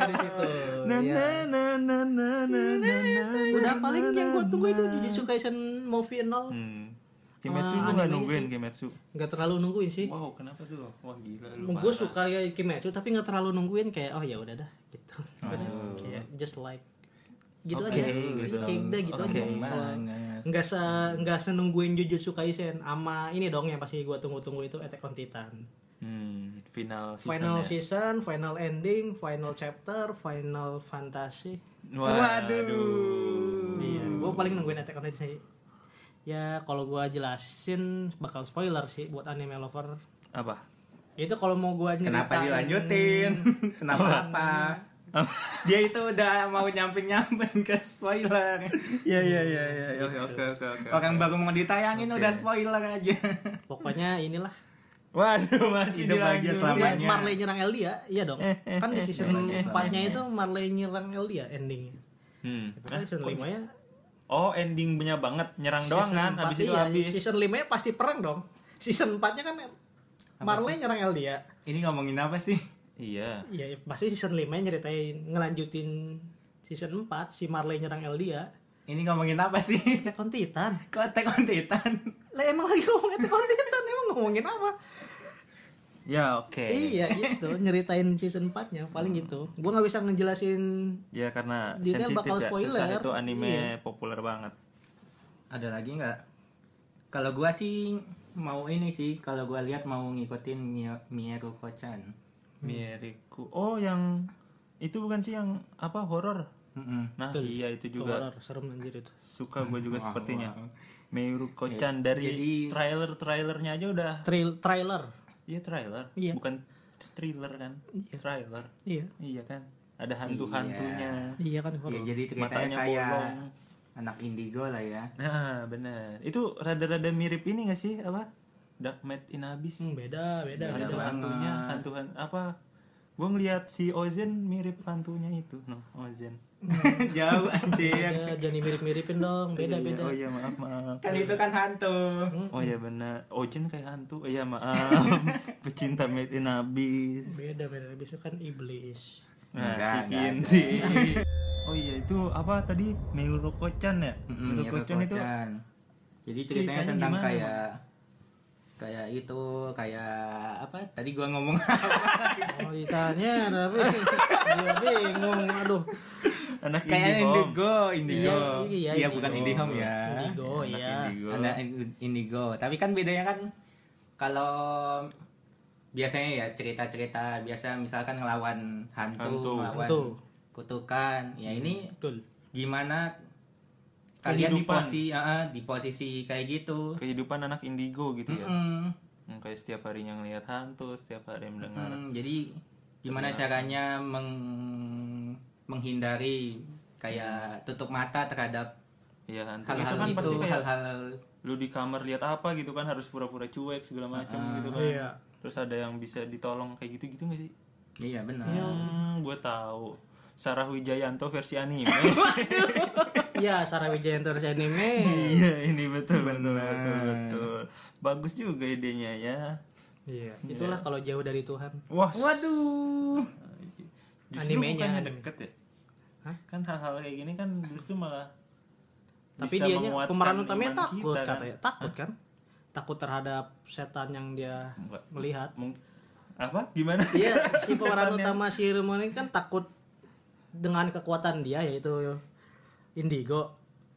Speaker 1: dari situ Iya.
Speaker 3: Na, na, na, na, na, na, na, na.
Speaker 1: udah paling yang gua tunggu itu Jujutsu Kaisen Movie 0
Speaker 3: nah, Hmm. Kimetsu
Speaker 1: Ah,
Speaker 3: lu nggak nungguin Kimetsu.
Speaker 1: nggak terlalu nungguin sih
Speaker 3: Wow kenapa tuh? Wah gila
Speaker 1: gue
Speaker 3: lu. parah.
Speaker 1: suka kayak ya Kimetsu tapi nggak terlalu nungguin kayak oh ya udah dah gitu Udah, kayak just like gitu
Speaker 3: Oh. Oke,
Speaker 1: aja
Speaker 3: gitu.
Speaker 1: kayak udah gitu
Speaker 2: Oke.
Speaker 1: aja Kalau
Speaker 2: Banget.
Speaker 1: nggak se nggak senungguin Jujutsu Kaisen ama ini dong yang pasti gue tunggu-tunggu itu Attack on Titan
Speaker 3: Hmm, final season
Speaker 1: final
Speaker 3: ya.
Speaker 1: season final ending final chapter final fantasi
Speaker 3: Waduh.
Speaker 1: iya gue
Speaker 3: Hmm.
Speaker 1: paling nungguin Attack on Titan sih ya kalau gue jelasin bakal spoiler sih buat anime lover
Speaker 3: Apa?
Speaker 1: itu kalau mau gue
Speaker 2: Kenapa dilanjutin? Kenapa apa? Dia itu udah mau nyamping-nyamping ke spoiler.
Speaker 3: Iya iya iya iya. Oke oke oke.
Speaker 2: Orang baru mau ditayangin udah spoiler aja.
Speaker 1: pokoknya inilah
Speaker 3: Waduh masih
Speaker 2: Hidup bahagia
Speaker 3: dilanjut.
Speaker 2: selama- Namanya-
Speaker 1: Iya, Marley nyerang Eldia iya dong kan di season
Speaker 2: eh, eh,
Speaker 1: 4 nya itu Marley nyerang Eldia endingnya
Speaker 3: Hmm.
Speaker 1: Kan season 5 nya
Speaker 3: Oh endingnya banget nyerang doang
Speaker 1: season
Speaker 3: kan
Speaker 1: empat,
Speaker 3: habis itu
Speaker 1: iya,
Speaker 3: habis.
Speaker 1: season 5 nya pasti perang dong season 4 nya kan Marley nyerang Eldia
Speaker 2: Ini ngomongin apa sih?
Speaker 3: Iya.
Speaker 1: ya pasti season 5 nya nyeritain ngelanjutin season 4 si Marley nyerang ya. Eldia
Speaker 2: Ini ngomongin apa sih? (laughs)
Speaker 1: Attack on Titan
Speaker 2: Kok Attack on Titan?
Speaker 1: lah emang lagi ngomong Attack on Titan emang ngomongin apa
Speaker 3: Ya oke.
Speaker 1: iya gitu nyeritain season 4 nya paling gitu gua nggak bisa ngejelasin
Speaker 3: Ya karena
Speaker 1: Dia kan
Speaker 3: sensitif
Speaker 1: bakal
Speaker 3: ya
Speaker 1: spoiler.
Speaker 3: susah itu anime
Speaker 1: Iya.
Speaker 3: populer banget.
Speaker 2: Ada lagi nggak? Kalau gua sih mau ini sih. Kalau gua lihat mau ngikutin Mie- Mieru Kochan.
Speaker 3: Hmm. Miriku. Oh yang itu bukan sih yang apa horor?
Speaker 2: Mm-mm.
Speaker 3: Nah
Speaker 1: Betul.
Speaker 3: iya itu
Speaker 1: Itu
Speaker 3: juga
Speaker 1: horor, serem anjir itu
Speaker 3: suka gue (laughs) juga
Speaker 2: Wah,
Speaker 3: sepertinya.
Speaker 2: wah.
Speaker 3: Meiru Kochan
Speaker 1: Iya.
Speaker 3: dari
Speaker 2: Jadi-
Speaker 3: trailer trailernya aja udah
Speaker 1: Trail, trailer
Speaker 3: Iya trailer,
Speaker 1: Iya.
Speaker 3: bukan thriller kan? Trailer,
Speaker 1: iya
Speaker 3: iya kan? Ada hantu-hantunya,
Speaker 1: iya kan
Speaker 2: Ya,
Speaker 1: horor
Speaker 2: jadi ceritanya
Speaker 3: matanya
Speaker 2: kayak
Speaker 3: bolong.
Speaker 2: anak indigo lah ya.
Speaker 3: Nah benar, itu rada-rada mirip ini gak sih apa? Dark Matt in Abyss.
Speaker 2: Iya,
Speaker 1: Hmm, beda beda
Speaker 3: Ada
Speaker 1: beda
Speaker 3: tuh hantunya, hantuhan apa? Gue ngeliat si Ozen mirip hantunya itu, no Ozen.
Speaker 2: (laughs) Jauh anjir.
Speaker 1: Beda, Iya, jangan mirip-miripin dong beda
Speaker 3: Iya,
Speaker 1: beda
Speaker 3: Oh iya maaf maaf.
Speaker 2: kan itu kan hantu.
Speaker 3: Oh iya benar, Ozen kayak hantu. Oh,
Speaker 2: (laughs)
Speaker 3: Iya maaf, pecinta Matt in Abyss.
Speaker 1: beda beda abis itu kan iblis
Speaker 3: Nah,
Speaker 2: Enggak,
Speaker 3: si
Speaker 2: enggak
Speaker 3: Kinti. (laughs) Oh iya itu apa tadi Meuro Kocan ya?
Speaker 2: Mm,
Speaker 3: Meuro
Speaker 2: Miyako
Speaker 3: Kocan itu
Speaker 2: Kocan. jadi ceritanya
Speaker 3: ceritanya
Speaker 2: tentang
Speaker 3: gimana,
Speaker 2: kayak kayak itu kayak apa tadi gua ngomong apa?
Speaker 1: oh ditanya tapi dia bingung aduh
Speaker 3: anak
Speaker 2: kayak
Speaker 3: Indihome.
Speaker 2: indigo indigo
Speaker 1: Iya, iya,
Speaker 2: iya
Speaker 1: Indigo.
Speaker 2: bukan indihome ya
Speaker 1: Indigo, iya.
Speaker 3: Indigo.
Speaker 2: anak in- indigo tapi kan bedanya kan kalau biasanya ya cerita-cerita biasa misalkan ngelawan hantu,
Speaker 3: Hantu.
Speaker 2: ngelawan
Speaker 1: Hantu.
Speaker 2: kutukan ya ini
Speaker 1: betul
Speaker 2: gimana kalian di
Speaker 3: Kehidupan.
Speaker 2: posisi ah, ah, di posisi kayak gitu
Speaker 3: kehidupan anak indigo gitu ya.
Speaker 2: Mm.
Speaker 3: Hmm, Kayak setiap harinya ngelihat hantu, setiap hari mendengar.
Speaker 2: Hmm, jadi gimana caranya meng- menghindari kayak tutup mata terhadap
Speaker 3: Iya hantu.
Speaker 2: hal-hal
Speaker 3: itu
Speaker 1: gitu.
Speaker 3: kan
Speaker 2: itu,
Speaker 3: pasti kayak
Speaker 2: hal-hal
Speaker 3: lu di kamar lihat apa gitu kan harus pura-pura cuek segala macam gitu kan.
Speaker 1: iya.
Speaker 3: Terus ada yang bisa ditolong kayak gitu-gitu gak sih?
Speaker 2: iya benar.
Speaker 3: Hmm, gue tahu. Sarah Wijayanto versi
Speaker 1: (laughs)
Speaker 3: anime.
Speaker 1: ya Sarawijayanto versi anime
Speaker 3: iya, ini betul betul betul betul. Bagus juga idenya ya.
Speaker 1: iya itulah kalau jauh dari Tuhan
Speaker 3: Wah,
Speaker 2: Waduh.
Speaker 3: Justru
Speaker 1: Animenya,
Speaker 3: bukannya
Speaker 1: anime.
Speaker 3: deket ya
Speaker 1: Hah?
Speaker 3: kan hal-hal kayak gini kan justru malah
Speaker 1: tapi
Speaker 3: bisa
Speaker 1: dianya
Speaker 3: menguatkan
Speaker 1: pemeran utamanya
Speaker 3: iman
Speaker 1: takut
Speaker 3: kita, kan?
Speaker 1: katanya takut kan takut terhadap setan yang dia
Speaker 3: Enggak.
Speaker 1: melihat
Speaker 3: Mung- apa gimana
Speaker 1: Iya, (laughs)
Speaker 3: (laughs)
Speaker 1: si pemeran
Speaker 3: Setannya.
Speaker 1: utama si Rumon ini kan takut dengan kekuatan dia yaitu indigo.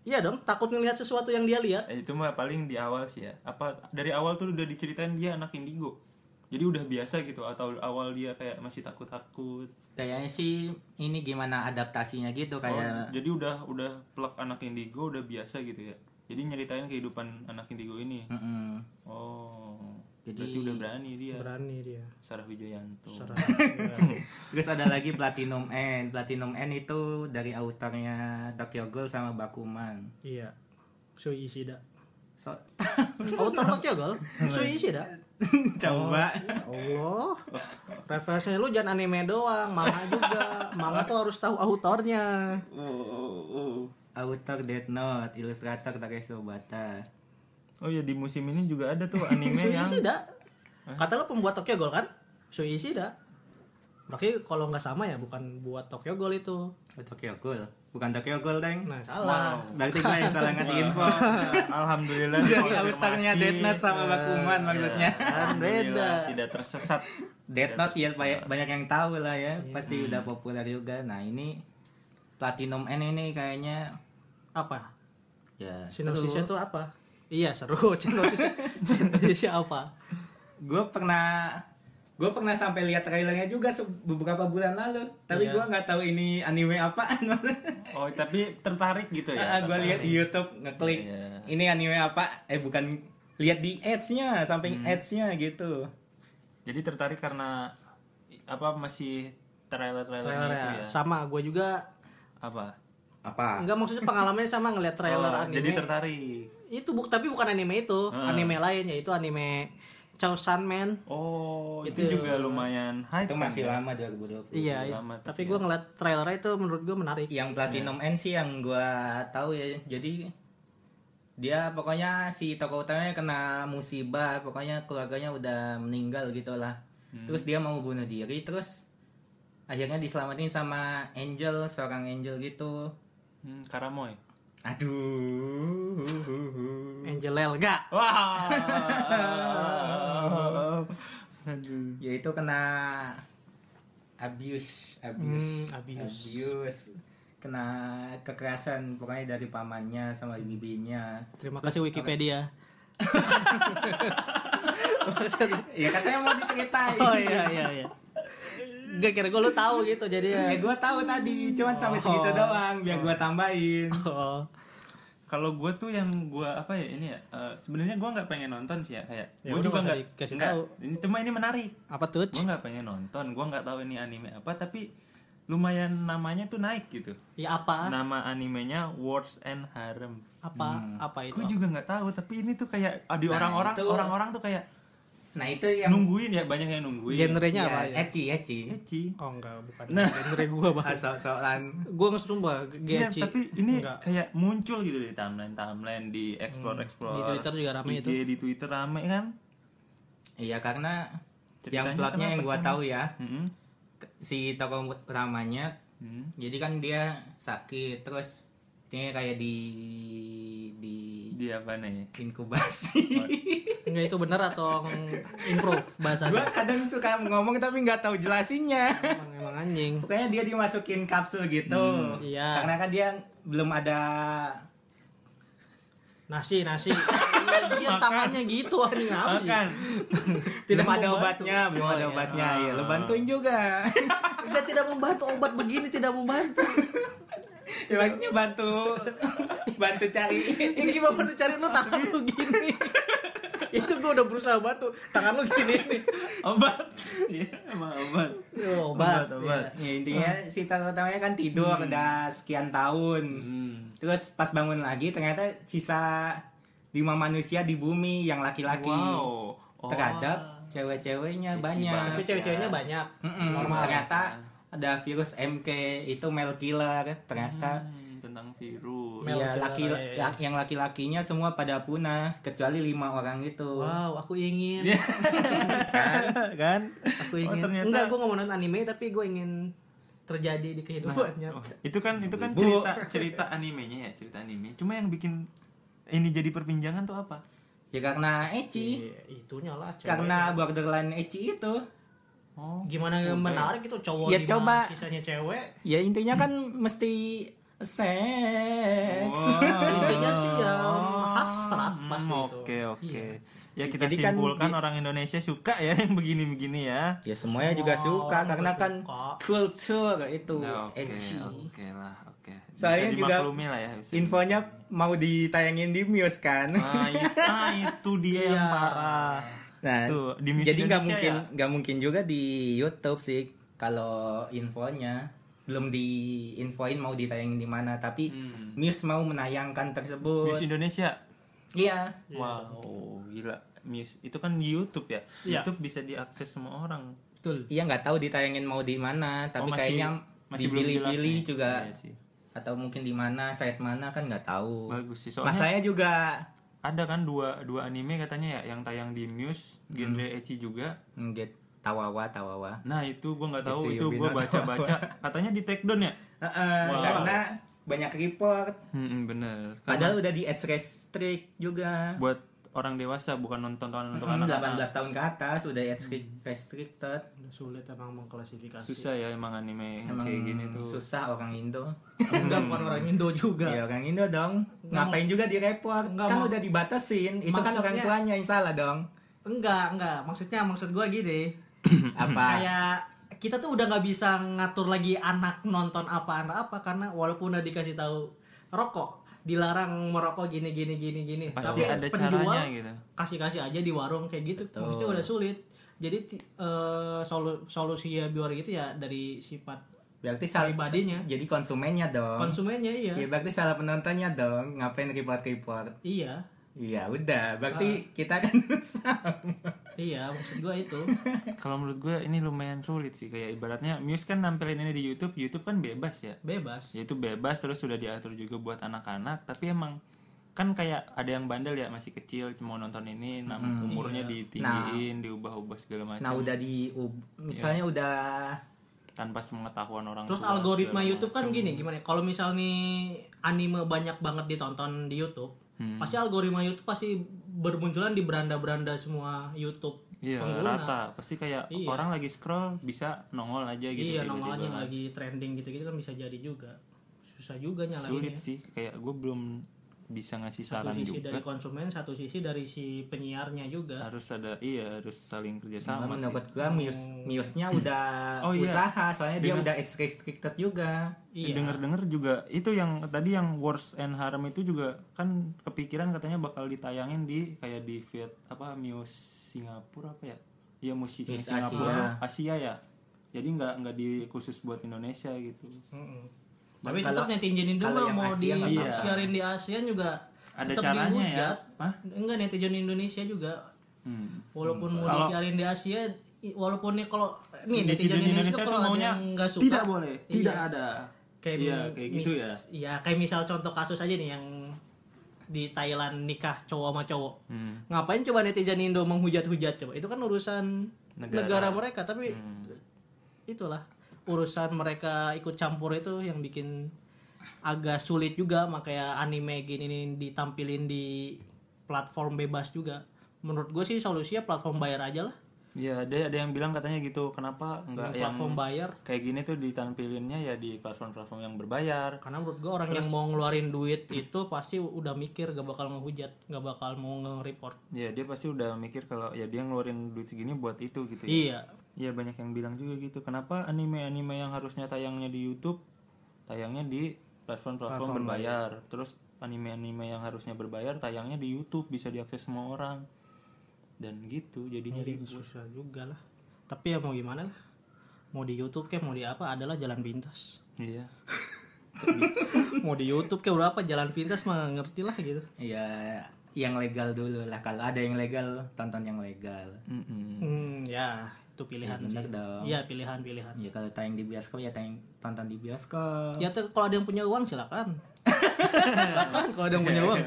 Speaker 1: Iya dong, takut melihat sesuatu yang dia lihat.
Speaker 3: Eh, itu mah paling di awal sih ya apa dari awal tuh udah diceritain dia anak indigo jadi udah biasa gitu atau awal dia kayak masih takut-takut
Speaker 2: Kayaknya sih ini gimana adaptasinya gitu
Speaker 3: Oh,
Speaker 2: kayak
Speaker 3: jadi udah udah plek anak indigo udah biasa gitu ya jadi nyeritain kehidupan anak indigo ini
Speaker 2: Mm-mm.
Speaker 3: oh
Speaker 2: Jadi-
Speaker 3: berarti udah berani dia
Speaker 1: Berani dia.
Speaker 3: Sarah Wijayanto
Speaker 1: Sarah.
Speaker 2: Terus ada lagi Platinum N. Platinum N itu dari autornya Tokyo Ghoul sama Bakuman.
Speaker 1: iya. Sui (laughs) Ishida. Iya.
Speaker 2: So, (laughs)
Speaker 1: Autor Tokyo Ghoul. ya, Sui Ishida.
Speaker 2: coba
Speaker 1: Allah. Referensinya lu jangan anime doang, manga juga. Manga tuh harus tahu autornya.
Speaker 3: oh, oh, oh.
Speaker 2: autor Death Note, ilustrator Takeshi Obata.
Speaker 3: Oh ya di musim ini juga ada tuh
Speaker 1: (laughs)
Speaker 3: anime
Speaker 1: Sui
Speaker 3: yang
Speaker 1: Ishida. Kata lu pembuat Tokyo Ghoul kan? Sui Ishida. Berarti kalau nggak sama ya bukan buat Tokyo Ghoul itu.
Speaker 2: Oh, Tokyo Ghoul. Bukan Tokyo Ghoul, Deng.
Speaker 1: Nah, salah.
Speaker 2: Berarti gue yang salah ngasih info.
Speaker 3: (laughs) alhamdulillah
Speaker 2: (laughs)
Speaker 1: Iya,
Speaker 2: Jadi
Speaker 3: dikonfirmasi.
Speaker 2: autornya Death Note sama Bakuman maksudnya.
Speaker 1: Kan
Speaker 3: Alhamdulillah,
Speaker 1: beda.
Speaker 3: tidak tersesat.
Speaker 2: iya,
Speaker 1: Iya. Hmm.
Speaker 2: Death Note ya banyak, banyak yang tahu lah ya, pasti udah populer juga. Nah, ini Platinum N ini kayaknya
Speaker 1: apa
Speaker 2: ya
Speaker 1: sinosisnya tuh apa iya seru (laughs) sinosisnya sinosisnya apa
Speaker 2: gue pernah gue pernah sampai lihat trailernya juga se- beberapa bulan lalu tapi
Speaker 1: Iya.
Speaker 2: gua gue nggak tahu ini anime
Speaker 1: (laughs)
Speaker 2: apaan
Speaker 3: Oh, tapi tertarik gitu
Speaker 1: Iya, Ah,
Speaker 3: ya.
Speaker 2: gue lihat di YouTube ngeklik
Speaker 3: Iya.
Speaker 2: ini anime apa eh bukan lihat di ads-nya samping
Speaker 1: Hmm.
Speaker 2: ads-nya gitu
Speaker 3: Jadi tertarik karena i- apa masih trailer-trailer itu
Speaker 1: trailernya
Speaker 3: ya.
Speaker 1: sama gue juga
Speaker 3: Apa?
Speaker 2: apa
Speaker 1: nggak maksudnya pengalamannya sama ngeliat trailer
Speaker 3: Oh,
Speaker 1: anime
Speaker 3: Jadi tertarik.
Speaker 1: itu bu tapi bukan anime itu anime lain yaitu anime Chao-san Man
Speaker 3: Oh, itu, juga lumayan hype.
Speaker 2: itu masih lama 2020
Speaker 1: iya
Speaker 3: Selamat,
Speaker 1: tapi gue ngeliat trailernya itu menurut gue menarik
Speaker 2: yang platinum
Speaker 1: Iya.
Speaker 2: N sih yang gua tahu ya jadi dia pokoknya si tokoh utamanya kena musibah pokoknya keluarganya udah meninggal gitulah
Speaker 1: Hmm.
Speaker 2: terus dia mau bunuh diri terus akhirnya diselamatin sama angel seorang angel gitu
Speaker 3: Hmm, Karamoy.
Speaker 2: aduh
Speaker 1: Angel Elga (laughs)
Speaker 3: Wah.
Speaker 2: yaitu Ya kena abuse abuse
Speaker 1: Hmm, abuse.
Speaker 2: abuse kena kekerasan pokoknya dari pamannya sama bibinya
Speaker 1: terima kasih Wikipedia Maksudnya-
Speaker 2: ya katanya mau diceritain
Speaker 1: (laughs) oh iya iya iya Gak kira gue lu tahu gitu jadi ya
Speaker 2: Ya gue tahu tadi, cuman sampai segitu doang biar gue tambahin.
Speaker 1: oh,
Speaker 3: Kalau gue tuh yang gue apa ya ini ya eh, sebenarnya gue nggak pengen nonton sih ya kayak
Speaker 1: Ya
Speaker 3: gue
Speaker 1: udah,
Speaker 3: juga
Speaker 1: nggak usah
Speaker 3: nggak
Speaker 1: dikasih
Speaker 3: nggak.
Speaker 1: tahu.
Speaker 3: ini cuma ini menarik
Speaker 1: apa tuh
Speaker 3: gue nggak pengen nonton gue nggak tahu ini anime apa tapi lumayan namanya tuh naik gitu
Speaker 1: ya apa
Speaker 3: nama animenya Words and Harem
Speaker 1: apa apa itu
Speaker 3: gue juga nggak tahu tapi ini tuh kayak ah, di
Speaker 2: Nah,
Speaker 3: orang-orang
Speaker 2: itu-
Speaker 3: orang-orang tuh kayak
Speaker 2: Nah itu yang
Speaker 3: nungguin ya banyak yang nungguin
Speaker 1: genrenya apa
Speaker 2: ya,
Speaker 1: ya?
Speaker 2: eci eci.
Speaker 3: Eci.
Speaker 1: oh enggak bukan
Speaker 3: Nah.
Speaker 1: genre gue
Speaker 2: Ah,
Speaker 1: bahas
Speaker 2: so- soalan
Speaker 1: gue ngesumpah
Speaker 3: Iya,
Speaker 1: geci
Speaker 3: tapi ini
Speaker 1: Enggak. Hmm,
Speaker 3: kayak muncul gitu di timeline timeline di explore
Speaker 1: Di
Speaker 3: explore
Speaker 1: Twitter juga rame
Speaker 3: IG,
Speaker 1: itu.
Speaker 3: di Twitter rame kan
Speaker 2: Iya karena
Speaker 3: Ceritanya
Speaker 2: yang plotnya yang
Speaker 3: kenapa
Speaker 2: gue
Speaker 3: sih?
Speaker 2: tahu ya
Speaker 3: Mm-mm.
Speaker 2: si tokoh utamanya,
Speaker 3: Hmm.
Speaker 2: jadi kan dia sakit terus dia kayak di di
Speaker 3: di apa nih
Speaker 2: inkubasi.
Speaker 1: enggak itu bener atau improve
Speaker 2: gue
Speaker 1: bahasanya
Speaker 2: kadang suka ngomong tapi nggak tahu jelasinnya.
Speaker 1: emang, emang anjing
Speaker 2: Pokoknya dia dimasukin kapsul gitu.
Speaker 1: iya.
Speaker 2: Karena kan dia belum ada
Speaker 1: nasi nasi Iya, dia tangannya gitu anjing apa sih
Speaker 3: makan
Speaker 2: belum
Speaker 1: Tidak
Speaker 2: ada
Speaker 1: membantu.
Speaker 2: obatnya,
Speaker 1: Oh,
Speaker 2: belum
Speaker 1: iya.
Speaker 2: ada obatnya.
Speaker 1: Ah.
Speaker 2: Ya, lo bantuin
Speaker 1: (laughs)
Speaker 2: juga.
Speaker 1: Dia tidak membantu obat begini tidak membantu
Speaker 2: ya, maksudnya bantu (laughs) bantu cari.
Speaker 1: (laughs) ini gimana lu cari lu tangan lu
Speaker 2: (laughs)
Speaker 1: gini itu gua udah berusaha bantu tangan lu gini nih
Speaker 3: obat (laughs) iya emang obat
Speaker 1: Yo, Iya, obat,
Speaker 3: obat,
Speaker 2: ya intinya
Speaker 1: Ah.
Speaker 2: si tokoh utamanya kan tidur
Speaker 1: Hmm.
Speaker 2: udah sekian tahun.
Speaker 3: Hmm.
Speaker 2: Terus pas bangun lagi ternyata sisa lima manusia di bumi yang laki-laki
Speaker 3: wow Oh.
Speaker 2: terhadap cewek-ceweknya banyak.
Speaker 1: tapi cewek-ceweknya banyak
Speaker 2: Mm-mm,
Speaker 1: kan?
Speaker 2: ternyata ada virus MK itu male killer ternyata
Speaker 3: Hmm, tentang
Speaker 2: (laughs)
Speaker 3: virus
Speaker 1: Male
Speaker 2: Iya,
Speaker 1: killer,
Speaker 2: laki
Speaker 1: iya, iya.
Speaker 2: lak- yang laki-lakinya semua pada punah kecuali lima orang itu.
Speaker 1: wow aku ingin
Speaker 3: kan
Speaker 1: aku ingin
Speaker 3: Oh, ternyata-
Speaker 1: enggak gua nggak mau nonton anime tapi gua ingin terjadi di kehidupan nyata
Speaker 3: itu kan itu kan
Speaker 2: Bu.
Speaker 3: cerita cerita animenya ya cerita anime cuma yang bikin ini jadi perbincangan tuh apa
Speaker 2: Ya karena ecchi,
Speaker 1: Iya, itunya lah cewek.
Speaker 2: karena borderline ecchi itu.
Speaker 3: oh
Speaker 1: gimana menarik itu cowok
Speaker 2: Ya,
Speaker 1: gimana
Speaker 2: coba.
Speaker 1: sisanya cewek
Speaker 2: Ya intinya kan mesti seks.
Speaker 1: intinya sih ya hasrat
Speaker 3: gitu. Hmm,
Speaker 1: pasti itu
Speaker 3: Oke oke. Ya
Speaker 2: Iya.
Speaker 3: kita
Speaker 2: Jadi kan
Speaker 3: simpulkan
Speaker 2: di-
Speaker 3: orang Indonesia suka ya yang begini-begini ya.
Speaker 2: (laughs) Ya semuanya juga
Speaker 1: Semua
Speaker 2: suka
Speaker 1: orang
Speaker 2: karena
Speaker 1: juga
Speaker 2: kan
Speaker 1: suka.
Speaker 2: kultur itu
Speaker 3: Nah, Oke
Speaker 2: ecchi.
Speaker 3: oke lah oke. Bisa
Speaker 2: Soalnya juga
Speaker 3: dimaklumi lah ya. bisa
Speaker 2: Infonya mau ditayangin di Muse kan.
Speaker 3: dimaklumi. Ah, i- ah, itu dia
Speaker 2: Iya.
Speaker 3: yang parah.
Speaker 2: Nah,
Speaker 3: Tuh, di Miss
Speaker 2: jadi nggak
Speaker 3: Indonesia
Speaker 2: mungkin
Speaker 3: ya?
Speaker 2: nggak mungkin juga di YouTube sih kalau infonya belum diinfoin mau ditayangin di mana tapi Miss mau menayangkan
Speaker 3: Hmm. Miss
Speaker 2: tersebut.
Speaker 3: Indonesia.
Speaker 2: Iya.
Speaker 3: Wow gila. Miss itu kan di YouTube ya.
Speaker 1: Iya.
Speaker 3: YouTube bisa diakses semua orang.
Speaker 1: betul
Speaker 2: Iya nggak tahu ditayangin mau di mana tapi
Speaker 3: Oh,
Speaker 2: kayaknya
Speaker 3: masih belum jelas
Speaker 2: dipilih-pilih
Speaker 3: nih.
Speaker 2: juga
Speaker 3: Iya sih.
Speaker 2: atau mungkin di mana site mana kan nggak tahu.
Speaker 3: Bagus sih. Soalnya
Speaker 2: Masanya juga
Speaker 3: ada kan dua dua anime katanya ya yang tayang di Muse genre
Speaker 2: Hmm.
Speaker 3: ecchi juga.
Speaker 2: nggak tawawa tawawa.
Speaker 3: Nah itu gue nggak tahu
Speaker 2: It's
Speaker 3: itu gue
Speaker 2: Yubino (laughs)
Speaker 3: baca-baca katanya di take down ya.
Speaker 2: Heeh,
Speaker 3: Wow.
Speaker 2: Karena banyak report
Speaker 3: Hmm, bener. Karena
Speaker 2: padahal udah di ads restrict juga.
Speaker 3: buat orang dewasa bukan nonton tontonan untuk
Speaker 2: Hmm,
Speaker 3: anak-anak
Speaker 2: 18 tahun ke atas udah age restricted
Speaker 1: Iya, sulit emang mengklasifikasi
Speaker 3: susah ya emang
Speaker 1: Hmm.
Speaker 3: anime yang
Speaker 2: emang
Speaker 3: kayak gini tuh
Speaker 2: susah orang Indo
Speaker 1: (laughs) enggak bukan orang Indo juga
Speaker 2: ya orang Indo dong ngapain juga di report
Speaker 1: Nggak
Speaker 2: kan
Speaker 1: mau-
Speaker 2: udah dibatasin itu kan orang
Speaker 1: Maksudnya-
Speaker 2: tuanya yang salah
Speaker 1: (coughs)
Speaker 2: dong
Speaker 1: enggak enggak maksudnya maksud gue gini
Speaker 2: apa
Speaker 1: kayak kita tuh udah nggak bisa ngatur lagi anak nonton apa anak apa karena walaupun udah dikasih tahu rokok dilarang merokok gini gini gini gini
Speaker 3: pasti
Speaker 1: Tapi
Speaker 3: ada
Speaker 1: penjual
Speaker 3: caranya gitu
Speaker 1: kasih kasih aja di warung kayak gitu maksudnya udah sulit jadi ti- eh, solu- solusi ya biar gitu ya dari sifat
Speaker 2: berarti salah
Speaker 1: pribadinya.
Speaker 2: jadi konsumennya dong
Speaker 1: konsumennya iya
Speaker 2: ya berarti salah penontonnya dong ngapain report report
Speaker 1: iya
Speaker 2: Iya
Speaker 1: Ah.
Speaker 2: udah, berarti kita kan (laughs) sama.
Speaker 1: iya maksud gua
Speaker 3: (laughs)
Speaker 1: itu
Speaker 3: kalau menurut gue ini lumayan sulit sih kayak ibaratnya Muse kan nampilin ini di YouTube YouTube kan bebas ya
Speaker 1: bebas
Speaker 3: itu bebas terus sudah diatur juga buat anak-anak tapi emang kan kayak ada yang bandel ya masih kecil cuma nonton ini nah,
Speaker 1: Iya.
Speaker 3: umurnya
Speaker 1: Nah.
Speaker 3: ditinggiin diubah-ubah segala macam
Speaker 2: Nah udah di, ub- misalnya udah
Speaker 3: tanpa sepengetahuan orang
Speaker 1: terus
Speaker 3: tua,
Speaker 1: algoritma
Speaker 3: segala
Speaker 1: YouTube kan gini gimana ya, kalau misal nih anime banyak banget ditonton di YouTube
Speaker 3: Hmm.
Speaker 1: pasti algoritma YouTube pasti bermunculan di beranda-beranda semua YouTube
Speaker 3: Iya
Speaker 1: pengguna
Speaker 3: rata pasti kayak
Speaker 1: Iya.
Speaker 3: orang lagi scroll bisa nongol aja gitu
Speaker 1: iya nongol
Speaker 3: tiba-tiba
Speaker 1: aja yang
Speaker 3: kan.
Speaker 1: lagi trending gitu-gitu kan bisa jadi juga susah juga nyalainnya
Speaker 3: sulit sih kayak gue belum bisa ngasih
Speaker 1: ya. satu
Speaker 3: saran
Speaker 1: sisi
Speaker 3: juga
Speaker 1: dari konsumen satu sisi dari si penyiarnya juga
Speaker 3: harus ada iya harus saling
Speaker 2: Nah,
Speaker 3: kerjasama sih
Speaker 2: menurut gua Muse, (clears throat) Muse-nya udah
Speaker 3: Oh, iya.
Speaker 2: usaha soalnya dia
Speaker 3: Dengan-
Speaker 2: udah age restricted juga.
Speaker 1: iya
Speaker 3: Dengar-dengar juga itu yang tadi yang Wars and Harem itu juga kan kepikiran katanya bakal ditayangin di kayak di Viet apa Muse Singapura apa ya? Iya Muse
Speaker 2: Muse
Speaker 3: Singapura Asia. ya. Jadi nggak nggak di khusus buat Indonesia gitu.
Speaker 1: Mm-mm. tapi tetap
Speaker 2: Kalau-
Speaker 1: netizenin dulu
Speaker 2: kalau yang
Speaker 1: mau di
Speaker 2: Asia nggak
Speaker 3: apa-apa.
Speaker 1: siarin di ASEAN juga
Speaker 3: Ada
Speaker 1: tetap
Speaker 3: caranya ya.
Speaker 1: dihujat.
Speaker 3: Hah?
Speaker 1: enggak netizen Indonesia juga
Speaker 3: Hmm.
Speaker 1: walaupun mau
Speaker 3: Kalau-
Speaker 1: disiarin di Asia i- walaupun nih kalau nih
Speaker 3: Netizen
Speaker 1: netizen Indonesia,
Speaker 3: tuh
Speaker 1: kalau ada
Speaker 3: maunya
Speaker 1: yang nggak suka
Speaker 3: tidak boleh, tidak
Speaker 1: Iya.
Speaker 3: ada.
Speaker 1: kayak
Speaker 3: Iya,
Speaker 1: mis-
Speaker 3: kayak gitu ya.
Speaker 1: iya, kayak misal contoh kasus aja nih yang di Thailand nikah cowok sama cowok
Speaker 3: Hmm.
Speaker 1: ngapain coba netizen Indo menghujat-hujat coba itu kan urusan
Speaker 3: Negara. Hmm.
Speaker 1: negara, mereka tapi itulah urusan mereka ikut campur itu yang bikin agak sulit juga makanya anime gini nih ditampilin di platform bebas juga menurut gue sih solusinya platform bayar aja lah
Speaker 3: Ya ada ada yang bilang katanya gitu kenapa nggak yang
Speaker 1: platform bayar
Speaker 3: kayak gini tuh ditampilinnya ya di platform-platform yang berbayar.
Speaker 1: karena menurut gue orang yang mau ngeluarin duit itu pasti udah mikir gak bakal ngehujat gak bakal mau nge-report
Speaker 3: Ya dia pasti udah mikir kalau ya dia ngeluarin duit segini buat itu gitu. ya.
Speaker 1: iya
Speaker 3: Iya banyak yang bilang juga gitu. Kenapa anime-anime yang harusnya tayangnya di YouTube tayangnya di platform-platform berbayar. Terus anime-anime yang harusnya berbayar tayangnya di YouTube bisa diakses semua orang. Dan gitu jadinya
Speaker 2: Iya.
Speaker 3: ribut.
Speaker 1: Iya, susah juga lah tapi ya mau gimana lah mau di YouTube kayak mau di apa adalah jalan (coughs) pintas
Speaker 3: Iya.
Speaker 1: mau di YouTube kayak berapa jalan pintas mah ngerti lah gitu
Speaker 2: Ya yang legal dulu lah. Kalau ada yang legal, tonton yang legal.
Speaker 3: Mm-mm.
Speaker 1: hmm ya itu pilihan
Speaker 2: Bener
Speaker 1: sih.
Speaker 2: dong.
Speaker 1: iya pilihan pilihan
Speaker 2: Ya kalau tayang di bioskop ya tayang tonton di (laughs) bioskop.
Speaker 1: ya tuh, kalau ada yang punya uang (laughs) silakan kan kalau ada yang punya uang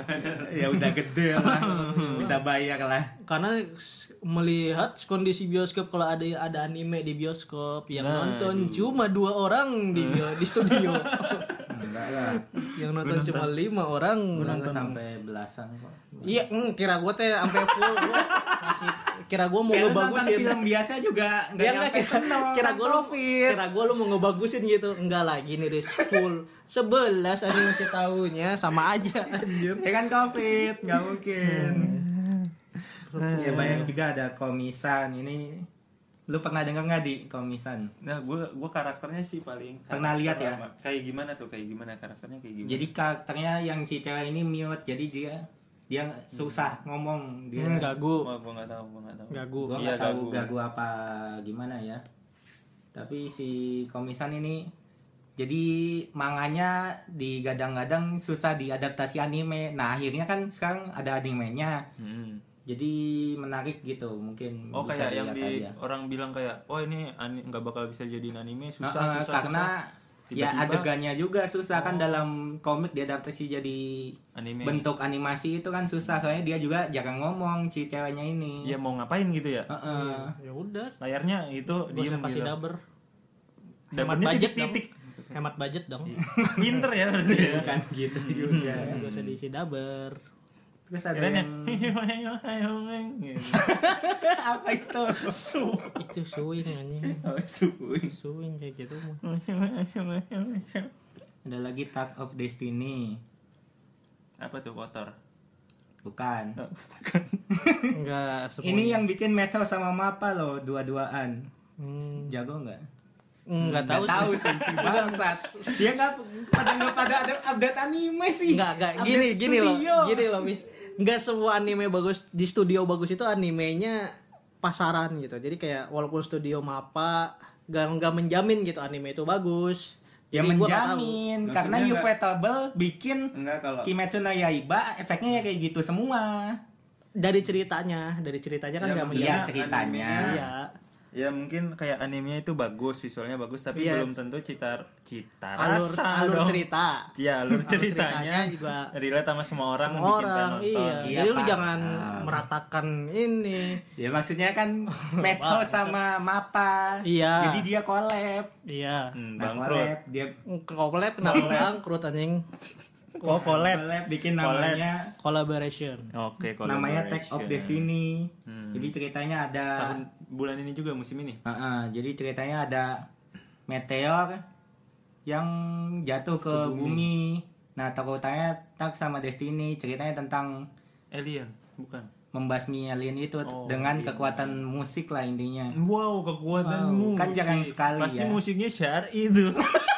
Speaker 2: ya udah gede (laughs) lah, bisa bayar lah.
Speaker 1: karena s- melihat kondisi bioskop kalau ada ada anime di bioskop yang
Speaker 2: Nah,
Speaker 1: nonton cuma dua orang di bio- di
Speaker 2: (laughs)
Speaker 1: studio
Speaker 2: Enggak lah,
Speaker 1: yang nonton cuma lima orang
Speaker 2: nonton sampai belasan kok.
Speaker 1: iya mm, kira gue teh sampai full gua masih kira gue mau
Speaker 2: Ya, lu nonton
Speaker 1: ngebagusin
Speaker 2: film biasa juga nggak
Speaker 1: Ya enggak
Speaker 2: nyampe
Speaker 1: kira,
Speaker 2: (laughs)
Speaker 1: kira gue lu kira gua lu mau ngebagusin gitu enggak lah gini Riz full sebelas ada yang ngasih tahunya sama aja anjir
Speaker 2: Ya kan covid, nggak mungkin. ya banyak juga ada komisan ini. Lu pernah dengar nggak di komisan?
Speaker 3: Nah, gua gua karakternya sih paling
Speaker 2: Pernah lihat ya?
Speaker 3: Kayak gimana tuh? Kayak gimana karakternya kayak gimana?
Speaker 2: Jadi karakternya yang si cewek ini mute, jadi dia dia susah ngomong dia.
Speaker 1: Hmm, gagu
Speaker 3: Gua gua nggak tahu, gua nggak tahu.
Speaker 1: gagu
Speaker 2: Gua
Speaker 3: Iya,
Speaker 2: nggak tahu
Speaker 3: gagu.
Speaker 2: gagu apa gimana ya. Tapi si komisan ini jadi manganya digadang-gadang susah diadaptasi anime. Nah akhirnya kan sekarang ada animenya.
Speaker 3: Mm.
Speaker 2: Jadi menarik gitu mungkin
Speaker 3: Oh
Speaker 2: bisa
Speaker 3: kayak yang
Speaker 2: dilihat
Speaker 3: di
Speaker 2: aja.
Speaker 3: orang bilang kayak oh ini ani- nggak bakal bisa jadiin anime
Speaker 2: Nah,
Speaker 3: susah
Speaker 2: eh,
Speaker 3: susah
Speaker 2: karena
Speaker 3: susah.
Speaker 2: ya
Speaker 3: Tiba-tiba- Oh.
Speaker 2: adegannya juga susah kan dalam komik diadaptasi jadi
Speaker 3: susah. anime
Speaker 2: bentuk animasi itu kan susah soalnya dia juga jarang ngomong si ceweknya ini.
Speaker 3: ya mau ngapain gitu ya
Speaker 2: Heeh.
Speaker 1: ya udah
Speaker 3: layarnya itu
Speaker 1: gue
Speaker 3: diem
Speaker 1: kasih
Speaker 3: gitu
Speaker 1: daber
Speaker 3: Dapetnya
Speaker 1: hemat budget dong
Speaker 3: titik-titik.
Speaker 1: hemat
Speaker 2: Iya.
Speaker 1: budget dong
Speaker 2: kan?
Speaker 3: (laughs) pinter ya berarti ya.
Speaker 1: Iya,
Speaker 2: Bukan gitu juga.
Speaker 1: Gak usah diisi daber
Speaker 2: Terus ada
Speaker 3: Kirain ya,
Speaker 2: yang (laughs)
Speaker 3: gitu.
Speaker 2: apa itu?
Speaker 3: Su.
Speaker 1: itu suing anjing
Speaker 3: Oh, su.
Speaker 1: suing kayak gitu mah
Speaker 2: Ada lagi Tag of Destiny.
Speaker 3: apa tuh kotor
Speaker 2: Bukan.
Speaker 3: Eh,
Speaker 1: enggak semuanya.
Speaker 2: Ini ya. yang bikin metal sama mapa loh dua-duaan.
Speaker 1: Hmm,
Speaker 2: Jago nggak?
Speaker 1: enggak tahu
Speaker 2: Nggak tahu sih si
Speaker 3: (laughs)
Speaker 2: bangsat. Dia nggak pada nggak pada ada update anime sih.
Speaker 1: Enggak, enggak.
Speaker 2: Update
Speaker 1: Gini, gini loh.
Speaker 2: studio.
Speaker 1: Gini loh, Mis. Enggak semua anime bagus di studio bagus itu animenya pasaran gitu. Jadi kayak walaupun studio mapa enggak enggak menjamin gitu anime itu bagus.
Speaker 2: Ya
Speaker 1: Jadi gua nggak tahu.
Speaker 2: menjamin
Speaker 3: tahu.
Speaker 2: karena
Speaker 3: Maksudnya
Speaker 2: Ufotable bikin
Speaker 3: enggak kalau
Speaker 2: Kimetsu no Yaiba efeknya ya kayak gitu semua.
Speaker 1: dari ceritanya, dari ceritanya kan
Speaker 3: Ya,
Speaker 1: enggak
Speaker 3: maksudnya
Speaker 1: menjamin.
Speaker 2: Iya ceritanya.
Speaker 1: Iya.
Speaker 3: ya mungkin kayak animenya itu bagus visualnya bagus tapi
Speaker 1: Iya.
Speaker 3: belum tentu cita cita
Speaker 1: Alur
Speaker 3: rasa
Speaker 1: alur
Speaker 3: dong.
Speaker 1: cerita.
Speaker 3: ya alur
Speaker 1: ceritanya
Speaker 3: ceritanya,
Speaker 1: juga
Speaker 3: relate sama semua orang
Speaker 1: Semua
Speaker 3: bikin
Speaker 1: orang
Speaker 3: penonton
Speaker 1: iya.
Speaker 2: Iya,
Speaker 1: Jadi lu
Speaker 2: paham.
Speaker 1: jangan meratakan ini.
Speaker 2: Ya maksudnya (laughs) kan Metro sama Mapa.
Speaker 1: Iya.
Speaker 2: Jadi dia collab.
Speaker 1: Iya.
Speaker 3: Hmm,
Speaker 2: Nah,
Speaker 3: bangkrut
Speaker 2: collab, dia
Speaker 1: Kolab kenapa bangkrut anjing? Oh, collab.
Speaker 2: collab bikin namanya
Speaker 3: Collabs.
Speaker 1: Collaboration.
Speaker 3: oke kalau
Speaker 2: namanya Tag of Destiny. Jadi ceritanya ada
Speaker 3: Hmm. tahun bulan ini juga musim ini
Speaker 2: Heeh, jadi ceritanya ada meteor yang jatuh ke, bumi. Nah, tokoh utamanya Tag sama Destiny. Ceritanya tentang
Speaker 3: alien bukan
Speaker 2: membasmi alien itu
Speaker 3: Oh,
Speaker 2: dengan kekuatan musik lah intinya.
Speaker 3: wow
Speaker 2: Wow,
Speaker 3: kekuatanmu
Speaker 2: kan
Speaker 3: musik.
Speaker 2: jarang sekali
Speaker 3: pasti
Speaker 2: ya.
Speaker 3: musiknya syar itu (laughs)